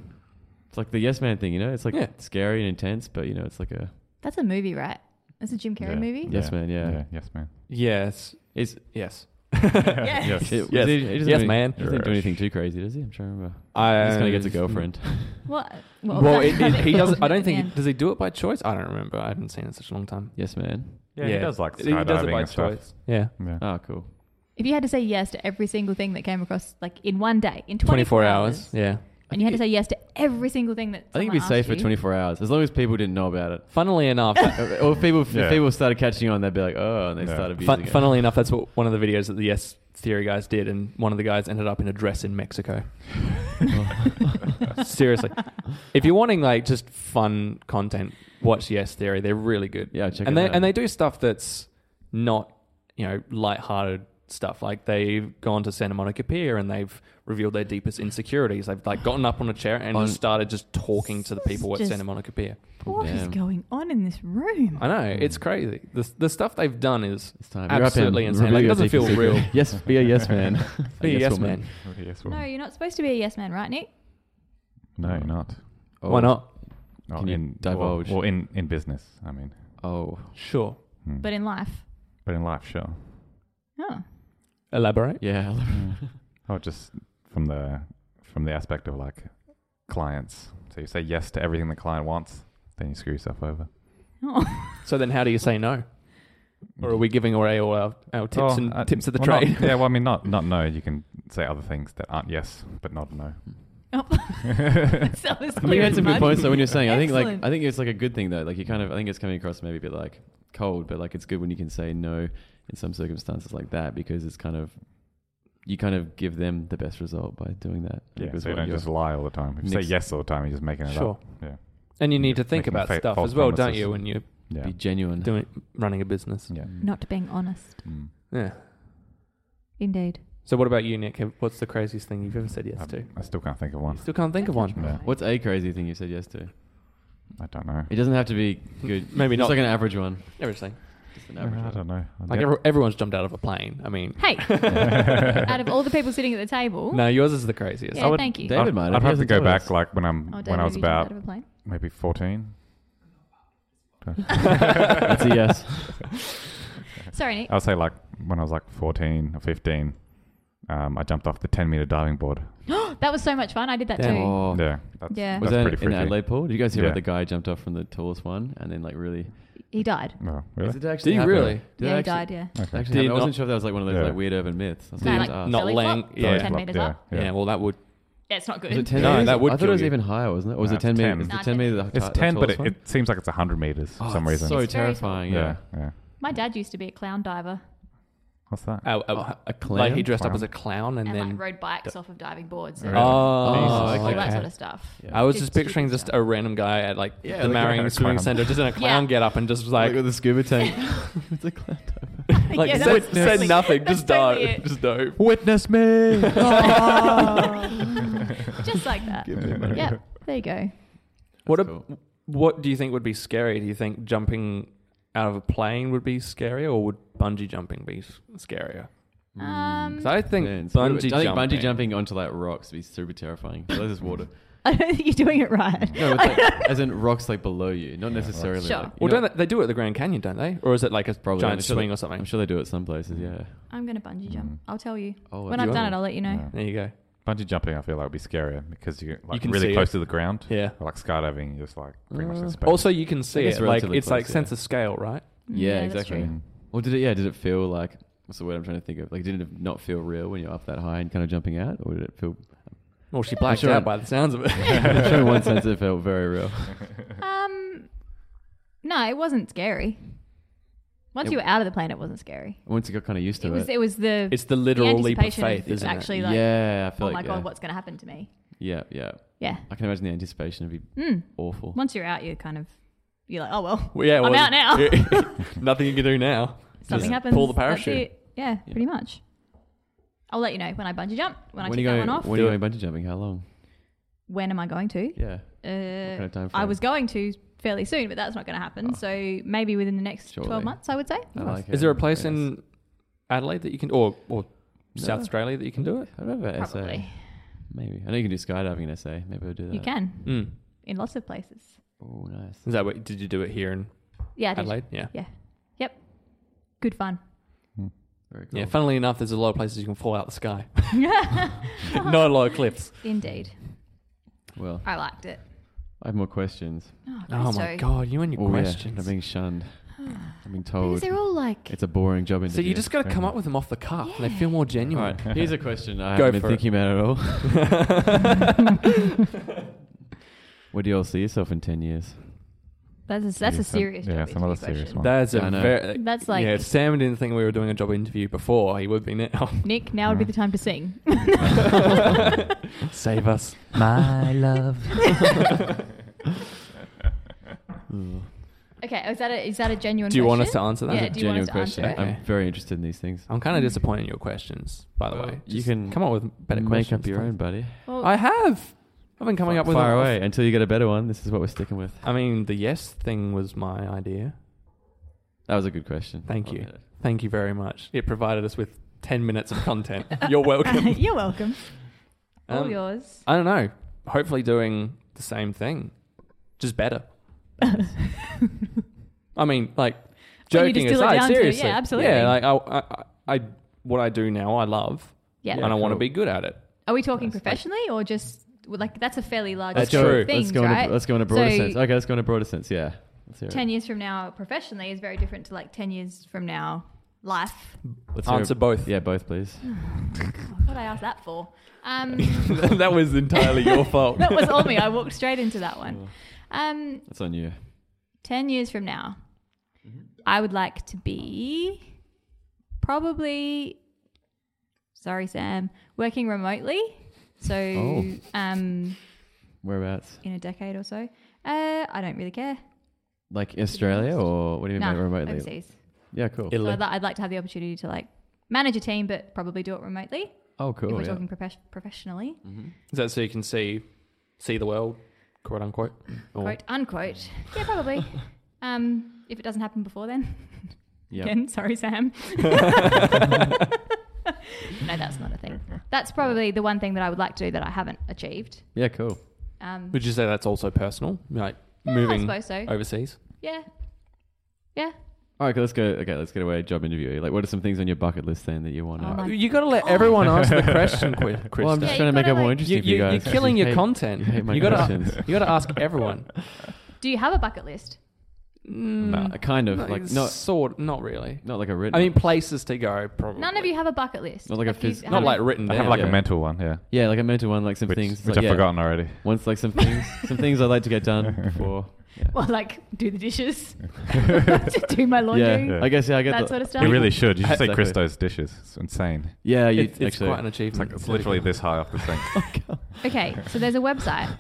Speaker 1: it's like the yes man thing, you know. It's like
Speaker 3: Yeah.
Speaker 1: scary and intense, but you know, it's like a
Speaker 2: That's a movie, right? That's a Jim Carrey
Speaker 4: Yeah.
Speaker 2: movie.
Speaker 1: yes man. Yeah,
Speaker 4: Yes, man.
Speaker 3: Yes.
Speaker 1: It's,
Speaker 3: Yes.
Speaker 2: Yes.
Speaker 1: it,
Speaker 3: Yes.
Speaker 1: it- it doesn't
Speaker 3: Yes,
Speaker 1: do-
Speaker 3: man. Um,
Speaker 1: it Doesn't do anything too crazy, does he? I'm trying to remember.
Speaker 3: I
Speaker 1: He's gonna get a girlfriend.
Speaker 2: What?
Speaker 3: Well, it, it, he doesn't. I don't think. Does he do it by choice? I don't remember. I haven't seen it in such a long time.
Speaker 1: yes man.
Speaker 4: Yeah, he does like
Speaker 3: He does it
Speaker 4: skydiving
Speaker 3: by
Speaker 4: and stuff.
Speaker 3: choice. Yeah.
Speaker 4: Yeah.
Speaker 1: Oh, cool.
Speaker 2: If you had to say yes to every single thing that came across, like in one day, in 24,
Speaker 3: 24
Speaker 2: hours,
Speaker 3: hours. Yeah.
Speaker 2: and you had to say yes to every single thing that
Speaker 1: I think
Speaker 2: someone
Speaker 1: it'd be safe
Speaker 2: asked
Speaker 1: for
Speaker 2: you.
Speaker 1: 24 hours, as long as people didn't know about it.
Speaker 3: Funnily enough, uh,
Speaker 1: or if people, if
Speaker 4: Yeah.
Speaker 1: people started catching on, they'd be like, oh, and they
Speaker 4: Yeah.
Speaker 1: started abusing
Speaker 3: fun,
Speaker 1: it.
Speaker 3: funnily enough, that's what one of the videos that the Yes Theory guys did, and one of the guys ended up in a dress in Mexico. Seriously, if you're wanting like just fun content, watch Yes Theory. They're really good.
Speaker 1: Yeah, check
Speaker 3: and
Speaker 1: it
Speaker 3: they
Speaker 1: out.
Speaker 3: and they do stuff that's not you know light-hearted stuff. Like they've gone to Santa Monica Pier and they've revealed their deepest insecurities. They've like gotten up on a chair and
Speaker 1: On-
Speaker 3: just started just talking to the people at
Speaker 2: Just-
Speaker 3: Santa Monica Pier.
Speaker 2: What is
Speaker 1: Damn.
Speaker 2: going on in this room?
Speaker 3: I know
Speaker 1: Hmm.
Speaker 3: it's crazy. The the stuff they've done is
Speaker 1: It's time. You're up,
Speaker 3: absolutely
Speaker 1: Em.
Speaker 3: insane. Like,
Speaker 1: Reveal
Speaker 3: it
Speaker 1: your
Speaker 3: doesn't
Speaker 1: deepest
Speaker 3: feel
Speaker 1: secret.
Speaker 3: real.
Speaker 1: Yes, be a yes man.
Speaker 3: Be a yes
Speaker 1: woman.
Speaker 3: man.
Speaker 4: Yes,
Speaker 2: No,
Speaker 4: woman.
Speaker 2: you're not supposed to be a yes man, right, Nick?
Speaker 4: No, you're not.
Speaker 1: Oh.
Speaker 3: Why not?
Speaker 4: Not
Speaker 1: Can you
Speaker 4: in,
Speaker 1: divulge?
Speaker 4: Well, well, in, in business, I mean.
Speaker 1: Oh,
Speaker 3: Sure.
Speaker 4: Hmm.
Speaker 2: But in life,
Speaker 4: But in life, sure.
Speaker 2: oh,
Speaker 3: Elaborate.
Speaker 1: yeah.
Speaker 4: Oh, just from the from the aspect of like clients. So you say yes to everything the client wants, then you screw yourself over.
Speaker 2: oh.
Speaker 3: So then, how do you say no? Or are we giving away all our, our tips
Speaker 4: Oh,
Speaker 3: and
Speaker 4: uh,
Speaker 3: tips of the
Speaker 4: well, not-
Speaker 3: trade?
Speaker 4: yeah, well, I mean, not not no. You can say other things that aren't yes, but not no.
Speaker 2: so it's
Speaker 1: I mean, you
Speaker 2: Oh. clear
Speaker 1: had
Speaker 2: as
Speaker 1: some good
Speaker 2: mud.
Speaker 1: points though when you're saying. I think like
Speaker 2: Excellent.
Speaker 1: I think it's like a good thing though. Like you kind of I think it's coming across maybe a bit like cold, but like it's good when you can say no in some circumstances like that because it's kind of you kind of give them the best result by doing that. I think
Speaker 4: Yeah,
Speaker 1: was
Speaker 4: so you
Speaker 1: what
Speaker 4: don't
Speaker 1: you're-
Speaker 4: just lie all the time. If you say
Speaker 1: Nick's-
Speaker 4: yes all the time, you're just making it
Speaker 3: Sure.
Speaker 4: up. Yeah,
Speaker 3: And you need to think
Speaker 4: Making
Speaker 3: about
Speaker 4: fa-
Speaker 3: stuff
Speaker 4: false
Speaker 3: as well, don't
Speaker 4: promises. Mm.
Speaker 3: you? When you're
Speaker 4: yeah,
Speaker 1: be genuine.
Speaker 3: doing running a business.
Speaker 4: yeah.
Speaker 2: not being honest.
Speaker 4: Mm.
Speaker 3: Yeah.
Speaker 2: Indeed.
Speaker 3: So what about you, Nick? Have- What's the craziest thing you've ever said yes
Speaker 4: I,
Speaker 3: to?
Speaker 4: I still can't think of
Speaker 3: You
Speaker 4: one.
Speaker 3: still can't think of one.
Speaker 4: Yeah.
Speaker 1: What's a crazy thing you said yes to?
Speaker 4: I don't know.
Speaker 1: It doesn't have to be good.
Speaker 3: Maybe
Speaker 1: It's
Speaker 3: not.
Speaker 1: like an average one.
Speaker 3: Everything.
Speaker 1: Just an average.
Speaker 4: I don't know.
Speaker 3: Like every, everyone's jumped out of a plane. I mean,
Speaker 2: Hey, out of all the people sitting at the table, Oh,
Speaker 3: no, yours is the craziest.
Speaker 2: yeah,
Speaker 4: I would-
Speaker 2: thank you.
Speaker 1: David
Speaker 4: I'd,
Speaker 1: might have.
Speaker 4: I'd
Speaker 1: He
Speaker 4: have to
Speaker 1: hasn't
Speaker 4: go
Speaker 1: told
Speaker 4: back
Speaker 1: us.
Speaker 4: like when I'm
Speaker 2: Oh, David,
Speaker 4: when I was
Speaker 2: have you jumped
Speaker 4: about
Speaker 2: out of a plane?
Speaker 4: maybe fourteen.
Speaker 1: That's a yes.
Speaker 2: Sorry, Nick.
Speaker 4: I would say like when I was like fourteen or fifteen, um, I jumped off the ten meter diving board.
Speaker 2: That was so much fun. I did that
Speaker 3: Damn.
Speaker 2: too.
Speaker 1: Oh,
Speaker 4: Yeah, that's,
Speaker 2: Yeah.
Speaker 4: that's
Speaker 1: was that
Speaker 4: pretty
Speaker 1: in
Speaker 4: freaky.
Speaker 1: Adelaide pool? Did you guys hear
Speaker 4: Yeah.
Speaker 1: about the guy who jumped off from the tallest one and then like really?
Speaker 2: He died.
Speaker 4: Oh,
Speaker 1: Is
Speaker 4: really?
Speaker 1: it actually
Speaker 3: he
Speaker 1: happen?
Speaker 3: really?
Speaker 1: Did
Speaker 2: yeah,
Speaker 1: that
Speaker 2: he
Speaker 1: actually-
Speaker 2: died. Yeah.
Speaker 4: Okay.
Speaker 1: Actually,
Speaker 3: Did
Speaker 1: happened?
Speaker 3: he
Speaker 1: I wasn't
Speaker 3: not-
Speaker 1: sure if that was like one of those
Speaker 4: Yeah.
Speaker 1: like weird urban myths. That's
Speaker 4: No,
Speaker 1: what I
Speaker 2: like,
Speaker 1: was
Speaker 3: Not
Speaker 2: Belly
Speaker 3: laying.
Speaker 2: flop.
Speaker 4: Belly
Speaker 3: Yeah.
Speaker 2: Ten
Speaker 4: flop,
Speaker 2: meters
Speaker 4: yeah,
Speaker 2: up.
Speaker 4: yeah.
Speaker 3: yeah. Well, that would.
Speaker 2: Yeah, it's not
Speaker 1: Was it
Speaker 2: good.
Speaker 1: 10
Speaker 3: No,
Speaker 1: meters?
Speaker 3: that would
Speaker 1: I thought it was
Speaker 3: kill you.
Speaker 1: even higher, wasn't it? Or was
Speaker 4: No,
Speaker 1: it 10
Speaker 4: it's
Speaker 1: meters?
Speaker 4: 10.
Speaker 1: Is
Speaker 2: Nah,
Speaker 1: it 10 meters?
Speaker 4: It's ten, but it, it seems like it's hundred meters
Speaker 3: Oh,
Speaker 4: for some reason.
Speaker 1: Oh, so
Speaker 2: It's very
Speaker 1: terrifying. Yeah.
Speaker 4: yeah, yeah.
Speaker 2: My dad used to be a clown diver
Speaker 4: What's that?
Speaker 2: Uh,
Speaker 3: Oh, oh,
Speaker 1: A- a
Speaker 3: Like
Speaker 1: clown?
Speaker 3: he dressed up
Speaker 4: Wow.
Speaker 3: as a clown and,
Speaker 2: and,
Speaker 3: then.
Speaker 2: like rode bikes off of diving boards and
Speaker 4: Really?
Speaker 3: Oh,
Speaker 1: Jesus.
Speaker 2: all
Speaker 3: okay.
Speaker 2: that sort of stuff.
Speaker 1: Yeah.
Speaker 3: I was
Speaker 2: Did
Speaker 3: just picturing
Speaker 2: stupid
Speaker 3: just
Speaker 2: stuff.
Speaker 3: a random guy at like
Speaker 1: Yeah,
Speaker 3: the
Speaker 1: like a
Speaker 3: Marrying
Speaker 4: clown.
Speaker 3: Swimming Centre, just in a clown
Speaker 2: Yeah.
Speaker 3: get up and just
Speaker 1: Like,
Speaker 3: like,
Speaker 1: with the scuba tank. it's a clown diver.
Speaker 3: like
Speaker 2: Yeah,
Speaker 3: said,
Speaker 2: that's
Speaker 3: said
Speaker 2: totally-
Speaker 3: nothing,
Speaker 2: that's
Speaker 3: just
Speaker 2: totally
Speaker 3: died,
Speaker 2: it.
Speaker 3: just dove.
Speaker 1: Witness me.
Speaker 2: just like that.
Speaker 1: Give me money.
Speaker 2: Yeah, there you go.
Speaker 3: What a,
Speaker 1: That's cool.
Speaker 3: what do you think would be scary? Do you think jumping out of a plane would be scary, or would bungee jumping be s- scarier?
Speaker 2: Um,
Speaker 3: 'Cause I think
Speaker 1: Man, it's- I
Speaker 3: bungee
Speaker 1: think
Speaker 3: jumping.
Speaker 1: bungee jumping onto like rocks would be super terrifying. Unless it's water.
Speaker 2: I don't think you're doing it right.
Speaker 1: No, it's like, as in rocks like below you, not necessarily.
Speaker 2: Sure.
Speaker 1: Like, you
Speaker 3: Well,
Speaker 1: know-
Speaker 3: don't they, they do it at the Grand Canyon, don't they? Or is it like a
Speaker 1: Probably, I'm
Speaker 3: giant
Speaker 1: sure
Speaker 3: swing
Speaker 1: they-
Speaker 3: or something?
Speaker 1: I'm sure they do it some places. Yeah.
Speaker 2: I'm gonna bungee
Speaker 4: Mm.
Speaker 2: jump. I'll tell you
Speaker 1: Oh,
Speaker 2: when
Speaker 3: you
Speaker 2: I've done
Speaker 3: are?
Speaker 2: it. I'll let you know. Mm,
Speaker 4: Yeah.
Speaker 3: There you go.
Speaker 4: Bungee jumping, I feel like would be scarier because you're like
Speaker 3: can see
Speaker 4: really close
Speaker 3: it.
Speaker 4: to the ground.
Speaker 3: Yeah. Mm.
Speaker 4: Or, like skydiving, you're just like pretty much
Speaker 1: Uh,
Speaker 4: in space.
Speaker 3: Also, you can see
Speaker 1: guess
Speaker 3: it. Like
Speaker 1: relatively
Speaker 3: it's like
Speaker 1: close, yeah.
Speaker 3: sense of scale, right?
Speaker 2: Mm,
Speaker 1: Yeah,
Speaker 2: that's
Speaker 1: exactly.
Speaker 2: true.
Speaker 4: Mm.
Speaker 1: Well, did it? Yeah, did it feel like? What's the word I'm trying to think of? Like, did it not feel real when you're up that high and kind of jumping out, or did it feel?
Speaker 3: Well, she blacked
Speaker 1: sure-
Speaker 3: out by the sounds of it.
Speaker 1: I'm sure in one sense it felt very real.
Speaker 2: Um, no, it wasn't scary. Once
Speaker 1: It-
Speaker 2: you were out of the plane, it wasn't scary.
Speaker 1: Once you got kind of used to
Speaker 2: It
Speaker 1: it.
Speaker 2: was it was the,
Speaker 3: it's the
Speaker 2: the
Speaker 3: literal leap of
Speaker 2: anticipation of
Speaker 3: faith,
Speaker 2: it's
Speaker 3: isn't
Speaker 2: actually like
Speaker 1: yeah, I
Speaker 2: oh
Speaker 1: feel
Speaker 2: my
Speaker 1: like. yeah.
Speaker 2: god, what's gonna happen to me?
Speaker 1: yeah, yeah.
Speaker 2: Yeah.
Speaker 1: I can imagine the anticipation would be
Speaker 2: Mm.
Speaker 1: awful.
Speaker 2: Once you're out, you're kind of you're like, oh well,
Speaker 3: it? Well, yeah,
Speaker 2: I'm out now.
Speaker 3: now. nothing you can do now.
Speaker 2: something
Speaker 1: Just
Speaker 2: happens.
Speaker 3: pull the
Speaker 2: that's
Speaker 3: parachute.
Speaker 2: it. Yeah,
Speaker 1: Yeah.
Speaker 2: pretty much. I'll let you know when I bungee jump. When I
Speaker 1: are
Speaker 2: take
Speaker 1: you
Speaker 2: that
Speaker 1: going?
Speaker 2: one off.
Speaker 1: When are
Speaker 3: Do
Speaker 1: you going bungee jumping? How long?
Speaker 2: When am I going to?
Speaker 1: Yeah.
Speaker 2: Uh,
Speaker 1: kind of time
Speaker 2: I
Speaker 1: frame?
Speaker 2: was going to fairly soon, but that's not going to happen.
Speaker 1: Oh.
Speaker 2: So maybe within the next
Speaker 1: Surely. Oh,
Speaker 2: twelve months, I would say.
Speaker 1: I like it.
Speaker 3: Is there a place
Speaker 1: Very nice.
Speaker 3: in Adelaide that you can, or or South
Speaker 1: No.
Speaker 3: Australia that you can do it?
Speaker 1: I don't know about SA.
Speaker 2: Probably
Speaker 1: Maybe I know you can do skydiving in SA. Maybe I'll do that.
Speaker 2: you can
Speaker 1: Hmm.
Speaker 3: Mm.
Speaker 2: in lots of places.
Speaker 1: Oh, nice.
Speaker 3: Is that what did you do it here in
Speaker 2: Yeah, I did.
Speaker 3: Adelaide? Yeah.
Speaker 2: good fun.
Speaker 1: Very cool.
Speaker 3: Yeah. Funnily enough, there's a lot of places you can fall out the sky. Not a lot of cliffs.
Speaker 2: Indeed,
Speaker 1: Well,
Speaker 2: I liked it.
Speaker 1: I have more questions.
Speaker 2: Oh,
Speaker 3: Oh my
Speaker 2: Christo.
Speaker 3: god, you and your
Speaker 1: Oh, yeah,
Speaker 3: questions.
Speaker 1: I'm being shunned. I'm
Speaker 4: Oh,
Speaker 1: being
Speaker 2: Because
Speaker 1: told
Speaker 2: they're all like
Speaker 1: it's a boring job
Speaker 3: so
Speaker 1: interview.
Speaker 3: you just got to come up with them off the cuff. and They feel more
Speaker 1: All
Speaker 3: genuine.
Speaker 1: right. Here's a question I
Speaker 3: Go
Speaker 1: haven't
Speaker 3: for
Speaker 1: been
Speaker 3: it.
Speaker 1: thinking about at all. Where do you all see yourself in ten years?
Speaker 2: that's a, that's a
Speaker 4: Decent.
Speaker 2: serious
Speaker 4: Yeah,
Speaker 2: job
Speaker 4: it's another
Speaker 2: interview
Speaker 4: serious
Speaker 2: question.
Speaker 4: one.
Speaker 3: That's
Speaker 1: Yeah,
Speaker 3: a
Speaker 1: I know.
Speaker 3: very.
Speaker 2: That's like-
Speaker 3: yeah. If Sam didn't think we were doing a job interview before, he would be now.
Speaker 2: Nick, now would be the time to sing.
Speaker 3: Save us.
Speaker 6: My love.
Speaker 2: Okay, is that a, is that a genuine?
Speaker 3: Do you want us
Speaker 2: question?
Speaker 3: to answer that?
Speaker 2: Yeah, do you want
Speaker 1: Genuine
Speaker 2: us to
Speaker 1: question.
Speaker 2: answer it?
Speaker 1: I'm very interested in these things.
Speaker 3: I'm kind of disappointed in your questions, by the
Speaker 1: Well,
Speaker 3: way.
Speaker 1: you
Speaker 3: Just
Speaker 1: can
Speaker 3: come up with better
Speaker 1: Make
Speaker 3: questions.
Speaker 1: up your own, buddy.
Speaker 2: Well,
Speaker 3: I have. I've been coming up with.
Speaker 1: far
Speaker 3: a-
Speaker 1: away until you get a better one. This is what we're sticking with.
Speaker 3: I mean, the yes thing was my idea.
Speaker 1: That was a good question.
Speaker 3: Thank
Speaker 1: I'll
Speaker 3: you.
Speaker 1: get it.
Speaker 3: Thank you very much. It provided us with ten minutes of content. You're welcome.
Speaker 2: You're welcome. All
Speaker 3: Um,
Speaker 2: yours.
Speaker 3: I don't know. Hopefully, doing the same thing, just better. I mean, like
Speaker 2: Well, you
Speaker 3: joking
Speaker 2: just distill it
Speaker 3: aside,
Speaker 2: down to-
Speaker 3: seriously.
Speaker 2: yeah, absolutely.
Speaker 3: Yeah, like I, I, I, what I do now, I love,
Speaker 2: Yeah.
Speaker 3: and I want to
Speaker 1: cool.
Speaker 3: be good at it.
Speaker 2: Are we talking
Speaker 3: That's like-
Speaker 2: professionally or just well, like that's a fairly large
Speaker 3: That's
Speaker 2: scope of
Speaker 3: true.
Speaker 2: things,
Speaker 1: let's go
Speaker 2: right?
Speaker 1: in a, let's go in a broader
Speaker 2: So-
Speaker 1: sense. Okay, let's go in a broader sense. Yeah. Let's hear it.
Speaker 2: ten years from now, professionally is very different to like ten years from now, life.
Speaker 1: Let's hear
Speaker 3: Answer
Speaker 1: it.
Speaker 3: both.
Speaker 1: Yeah, both, please.
Speaker 2: What I asked that for? Um,
Speaker 3: that was entirely your fault.
Speaker 2: that was all me. I walked straight into that one. Um,
Speaker 1: That's on you.
Speaker 2: ten years from now,
Speaker 1: Mm-hmm.
Speaker 2: I would like to be probably. Sorry, Sam. Working remotely, so
Speaker 1: Oh.
Speaker 2: um,
Speaker 1: Whereabouts?
Speaker 2: in a decade or so. Uh, I don't really care.
Speaker 1: Like Australia, or what do you mean
Speaker 2: Nah,
Speaker 1: by remotely?
Speaker 2: overseas.
Speaker 1: Yeah, cool.
Speaker 2: So
Speaker 3: Italy.
Speaker 2: I'd, li- I'd like to have the opportunity to like manage a team, but probably do it remotely
Speaker 1: Oh,
Speaker 2: if
Speaker 1: cool.
Speaker 2: we're
Speaker 1: Yeah. Mm-hmm.
Speaker 2: talking profes- professionally,
Speaker 3: Is that so you can see, see the world, quote unquote? Or-
Speaker 2: quote unquote. Yeah, probably. um, if it doesn't happen before then,
Speaker 1: Yep.
Speaker 2: again. Sorry, Sam. no, that's not a thing. That's probably the one thing that I would like to do that I haven't achieved.
Speaker 1: Yeah, cool.
Speaker 2: Um,
Speaker 3: Would you say that's also personal? Like
Speaker 2: yeah, I
Speaker 3: moving Oh.
Speaker 2: suppose so.
Speaker 3: overseas?
Speaker 2: Yeah.
Speaker 1: All right, okay, let's go. Okay, let's get away. Job interview. Like, what are some things on your bucket list then that you want to?
Speaker 2: Oh my-
Speaker 3: You got to let everyone answer the question, Chris.
Speaker 1: well, I'm just
Speaker 2: Yeah,
Speaker 1: trying to
Speaker 2: you
Speaker 1: make it
Speaker 2: gotta,
Speaker 1: more
Speaker 2: like-
Speaker 1: interesting for you
Speaker 3: are
Speaker 1: guys.
Speaker 3: killing
Speaker 1: You
Speaker 3: your
Speaker 1: hate-
Speaker 3: content.
Speaker 1: you hate my
Speaker 3: You got to
Speaker 1: questions.
Speaker 3: you got to ask everyone.
Speaker 2: Do you have a bucket list?
Speaker 3: Mm,
Speaker 1: Uh, kind of
Speaker 3: no,
Speaker 1: like
Speaker 3: it's
Speaker 1: not
Speaker 3: sort, not really.
Speaker 1: not like a written.
Speaker 3: I mean, places to go. Probably
Speaker 2: None of you have a bucket list.
Speaker 1: Not like a
Speaker 2: you
Speaker 1: phys-
Speaker 3: Not
Speaker 2: haven't-
Speaker 3: like written
Speaker 4: I
Speaker 3: down.
Speaker 4: have like
Speaker 1: Yeah.
Speaker 4: a mental one, yeah,
Speaker 1: yeah, like I mentioned one, like some
Speaker 4: which,
Speaker 1: things,
Speaker 4: which
Speaker 1: like,
Speaker 4: I've
Speaker 1: yeah,
Speaker 4: forgotten already.
Speaker 1: Once like some things, some things I'd like to get done before. Yeah.
Speaker 2: Well, like do the dishes, to do my laundry,
Speaker 1: yeah,
Speaker 4: Yeah.
Speaker 1: I guess yeah, I get
Speaker 2: that
Speaker 1: the-
Speaker 2: sort of stuff.
Speaker 4: You really should. You should say
Speaker 1: Exactly.
Speaker 4: Christo's dishes. It's insane.
Speaker 1: Yeah, you
Speaker 3: it's, it's
Speaker 1: actually. Oh,
Speaker 3: quite an
Speaker 4: It's like
Speaker 3: achievement.
Speaker 4: it's literally this high off the sink.
Speaker 2: Okay, so there's a website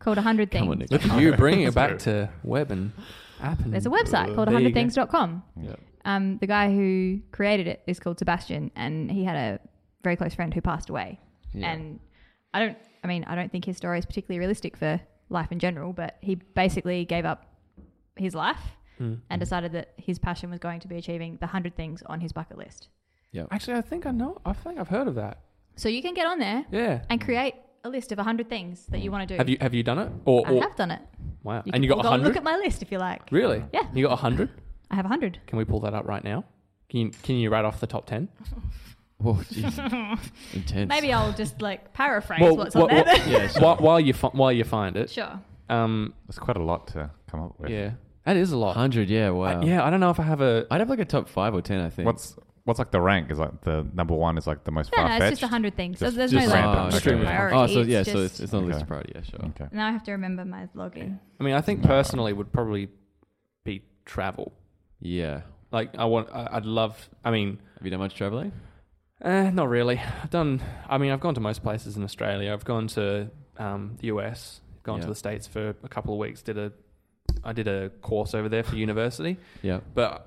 Speaker 2: called 100 Things.
Speaker 1: Come on, Nick.
Speaker 3: Look at you bringing it back to web and app. And
Speaker 2: There's a website called
Speaker 3: Uh, There you go.
Speaker 2: 100things.com.
Speaker 1: Yeah.
Speaker 2: Um, the guy who created it is called Sebastian, and he had a very close friend who passed away.
Speaker 1: Yeah.
Speaker 2: And I don't, I mean, I don't think his story is particularly realistic for life in general, but he basically gave up his life
Speaker 3: Mm.
Speaker 2: and decided that his passion was going to be achieving the 100 things on his bucket list.
Speaker 3: Actually, I think I know. I think I've heard of that.
Speaker 2: So you can get on there
Speaker 3: Yeah.
Speaker 2: and create a list of 100 things that you want to do.
Speaker 3: Mm. Have you have you done it? Or,
Speaker 2: I
Speaker 3: or
Speaker 2: have done it.
Speaker 3: wow.
Speaker 2: You
Speaker 3: and you
Speaker 2: can
Speaker 3: got
Speaker 2: go and
Speaker 3: hundred.
Speaker 2: Look at my list if you like.
Speaker 3: Really?
Speaker 2: Yeah.
Speaker 3: You got 100?
Speaker 2: I have 100.
Speaker 3: Can we pull that up right now? Can you, can you write off the top 10?
Speaker 1: Whoa, jeez. intense.
Speaker 2: Maybe I'll just like paraphrase
Speaker 3: Well,
Speaker 2: what's
Speaker 3: what-
Speaker 2: on there.
Speaker 3: what-
Speaker 2: then.
Speaker 1: Yeah, sure.
Speaker 3: While, while you fi- while you find it.
Speaker 2: sure.
Speaker 3: Um
Speaker 4: It's quite a lot to come up with.
Speaker 3: yeah. That is a lot.
Speaker 1: hundred. Yeah, wow.
Speaker 3: I- Uh, yeah, I don't know if I have a
Speaker 1: I'd have like a top five or ten. I think.
Speaker 4: What's what's like the rank? Is like the number one is like the most
Speaker 2: No,
Speaker 4: far
Speaker 2: no, it's just
Speaker 4: fetched.
Speaker 2: 100 things.
Speaker 4: Just-
Speaker 2: there's
Speaker 4: just
Speaker 2: no like,
Speaker 1: oh,
Speaker 4: random.
Speaker 1: okay.
Speaker 3: extreme
Speaker 2: priority.
Speaker 1: Oh, so
Speaker 2: It's
Speaker 1: yeah, so
Speaker 2: just-
Speaker 1: it's, it's not a list of
Speaker 4: Okay.
Speaker 1: priority. Yeah, sure.
Speaker 4: okay.
Speaker 2: Now I have to remember my login.
Speaker 3: I mean, I think personally would probably be travel.
Speaker 1: Yeah.
Speaker 3: Like I want I- I'd love I mean,
Speaker 1: Have you done much traveling?
Speaker 3: eh, not really. I've done I mean, I've gone to most places in Australia. I've gone to um, the US, gone to
Speaker 1: Yeah.
Speaker 3: the states for a couple of weeks, did a I did a course over there for university.
Speaker 1: Yeah.
Speaker 3: but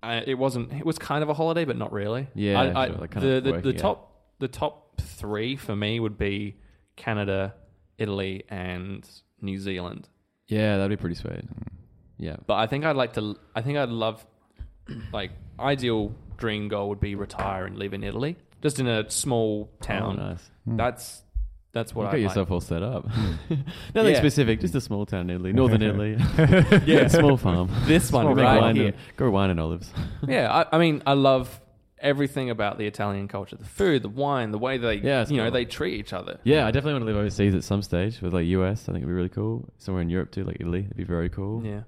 Speaker 3: I, it wasn't. It was kind of a holiday, but not really.
Speaker 1: Yeah,
Speaker 3: I, I,
Speaker 1: sure, like kind
Speaker 3: the
Speaker 1: of
Speaker 3: the, the
Speaker 1: working out.
Speaker 3: top the top three for me would be Canada, Italy, and New Zealand.
Speaker 1: Yeah, that'd be pretty sweet.
Speaker 4: Hmm.
Speaker 1: Yeah.
Speaker 3: But I think I'd like to. I think I'd love, like, ideal dream goal would be retire and live in Italy, just in a small town.
Speaker 1: Oh, nice.
Speaker 3: That's that's what
Speaker 1: you
Speaker 3: I
Speaker 1: got
Speaker 3: like. Hmm.
Speaker 1: yourself all set up. Nothing
Speaker 3: Yeah.
Speaker 1: specific, just a small town in Italy, northern Italy.
Speaker 3: Yeah.
Speaker 1: small farm.
Speaker 3: This one
Speaker 1: Small big
Speaker 3: right
Speaker 1: wine
Speaker 3: here.
Speaker 1: and, grow wine and olives.
Speaker 3: Yeah, I, I mean, I love everything about the Italian culture: the food, the wine, the way they,
Speaker 1: Yeah, it's
Speaker 3: you know,
Speaker 1: cool.
Speaker 3: they treat each other.
Speaker 1: Yeah, I definitely want to live overseas at some stage with like US. I think it'd be really cool. Somewhere in Europe too, like Italy, it'd be very cool.
Speaker 3: Yeah.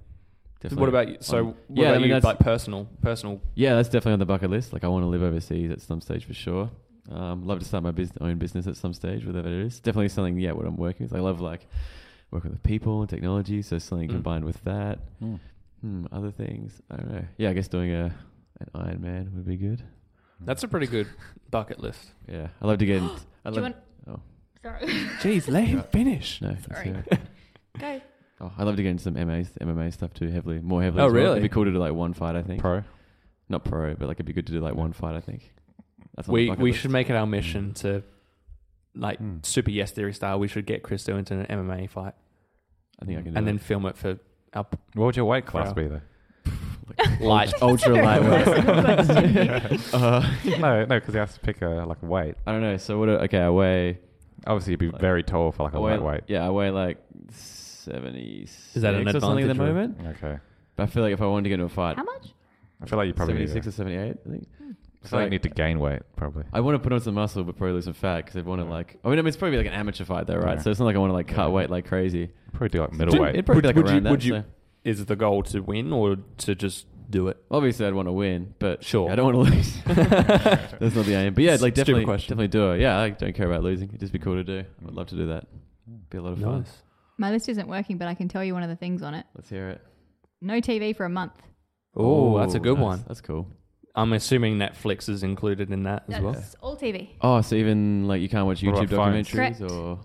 Speaker 1: Definitely.
Speaker 3: What about you? So,
Speaker 1: Um,
Speaker 3: what
Speaker 1: yeah,
Speaker 3: about
Speaker 1: I mean,
Speaker 3: you?
Speaker 1: that's-
Speaker 3: Like personal, personal.
Speaker 1: Yeah, that's definitely on the bucket list. Like I want to live overseas at some stage for sure. Um, love to start my bus own business at some stage, whatever it is. Definitely something. Yeah, what I'm working with. I love like working with people and technology. So something
Speaker 3: Mm.
Speaker 1: combined with that.
Speaker 4: Hmm.
Speaker 1: Hmm, other things. I don't know. Yeah, I guess doing a an Iron Man would be good.
Speaker 3: That's a pretty good bucket list.
Speaker 1: Yeah, I love to get. in- I
Speaker 2: Do
Speaker 1: love.
Speaker 2: you want?
Speaker 1: oh.
Speaker 2: Sorry.
Speaker 3: Jeez, let him finish.
Speaker 1: no, that's
Speaker 2: Sorry.
Speaker 1: good.
Speaker 2: Go.
Speaker 1: Oh, I love to get into some MAs, MMA stuff too heavily, more heavily.
Speaker 3: Oh,
Speaker 1: as well.
Speaker 3: really?
Speaker 1: It'd be cool to do like one fight. I think
Speaker 4: Pro.
Speaker 1: not pro, but like it'd be good to do like one fight. I think. That's on the
Speaker 3: We
Speaker 1: bucket
Speaker 3: we
Speaker 1: list. Mm.
Speaker 3: should make it our mission to, like,
Speaker 4: Mm.
Speaker 3: super yes theory style. We should get Christo into an MMA fight
Speaker 1: I think I can. Do
Speaker 3: and then
Speaker 1: that.
Speaker 3: film it for our p-
Speaker 4: What would your weight class
Speaker 3: Pro.
Speaker 4: be though?
Speaker 3: light.
Speaker 1: ultra lightweight. uh,
Speaker 4: no, no, because you have to pick a like weight.
Speaker 1: I don't know. So what? do- Okay, I weigh.
Speaker 4: Obviously, you'd be
Speaker 1: Like-
Speaker 4: very tall for like
Speaker 1: I
Speaker 4: a
Speaker 1: weigh
Speaker 4: lightweight.
Speaker 1: Yeah, I weigh like seventy.
Speaker 3: Is that an
Speaker 1: or something at the
Speaker 3: advantage or-
Speaker 1: moment?
Speaker 4: Okay.
Speaker 1: But I feel like if I wanted to get into a fight,
Speaker 2: How much? Hmm.
Speaker 4: I feel like you probably need
Speaker 1: seventy-six
Speaker 4: to-
Speaker 1: or seventy-eight. I think.
Speaker 4: I feel like you need to gain weight probably.
Speaker 1: I want to put on some muscle, but probably lose some fat because I want to
Speaker 4: Yeah.
Speaker 1: like. I mean, I mean, it's probably like an amateur fight though, right?
Speaker 4: Yeah.
Speaker 1: So it's not like I want to like cut
Speaker 4: Yeah.
Speaker 1: weight like crazy.
Speaker 4: Probably do like
Speaker 3: Do-
Speaker 4: middleweight.
Speaker 3: it'd probably-
Speaker 1: Probably like
Speaker 3: would you-
Speaker 1: around that,
Speaker 3: would you-
Speaker 1: so.
Speaker 3: Is the goal to win or to just do it?
Speaker 1: Obviously, I'd want to win, but
Speaker 3: Sure.
Speaker 1: I don't want to lose. That's not the aim. But yeah, like
Speaker 3: Stupid
Speaker 1: definitely,
Speaker 3: question.
Speaker 1: definitely do it. Yeah, I don't care about losing. It'd just be cool to do. I'd love to do that. Be a lot of fun.
Speaker 3: Nice.
Speaker 2: My list isn't working, but I can tell you one of the things on it.
Speaker 1: Let's hear it.
Speaker 2: No TV for a month.
Speaker 3: Oh, that's a good
Speaker 1: nice.
Speaker 3: one.
Speaker 1: That's cool.
Speaker 3: I'm assuming Netflix is included in that as well.
Speaker 2: That's all TV.
Speaker 1: Oh, so even like you can't watch
Speaker 4: What
Speaker 1: YouTube
Speaker 4: about phones?
Speaker 1: documentaries
Speaker 2: Correct.
Speaker 1: or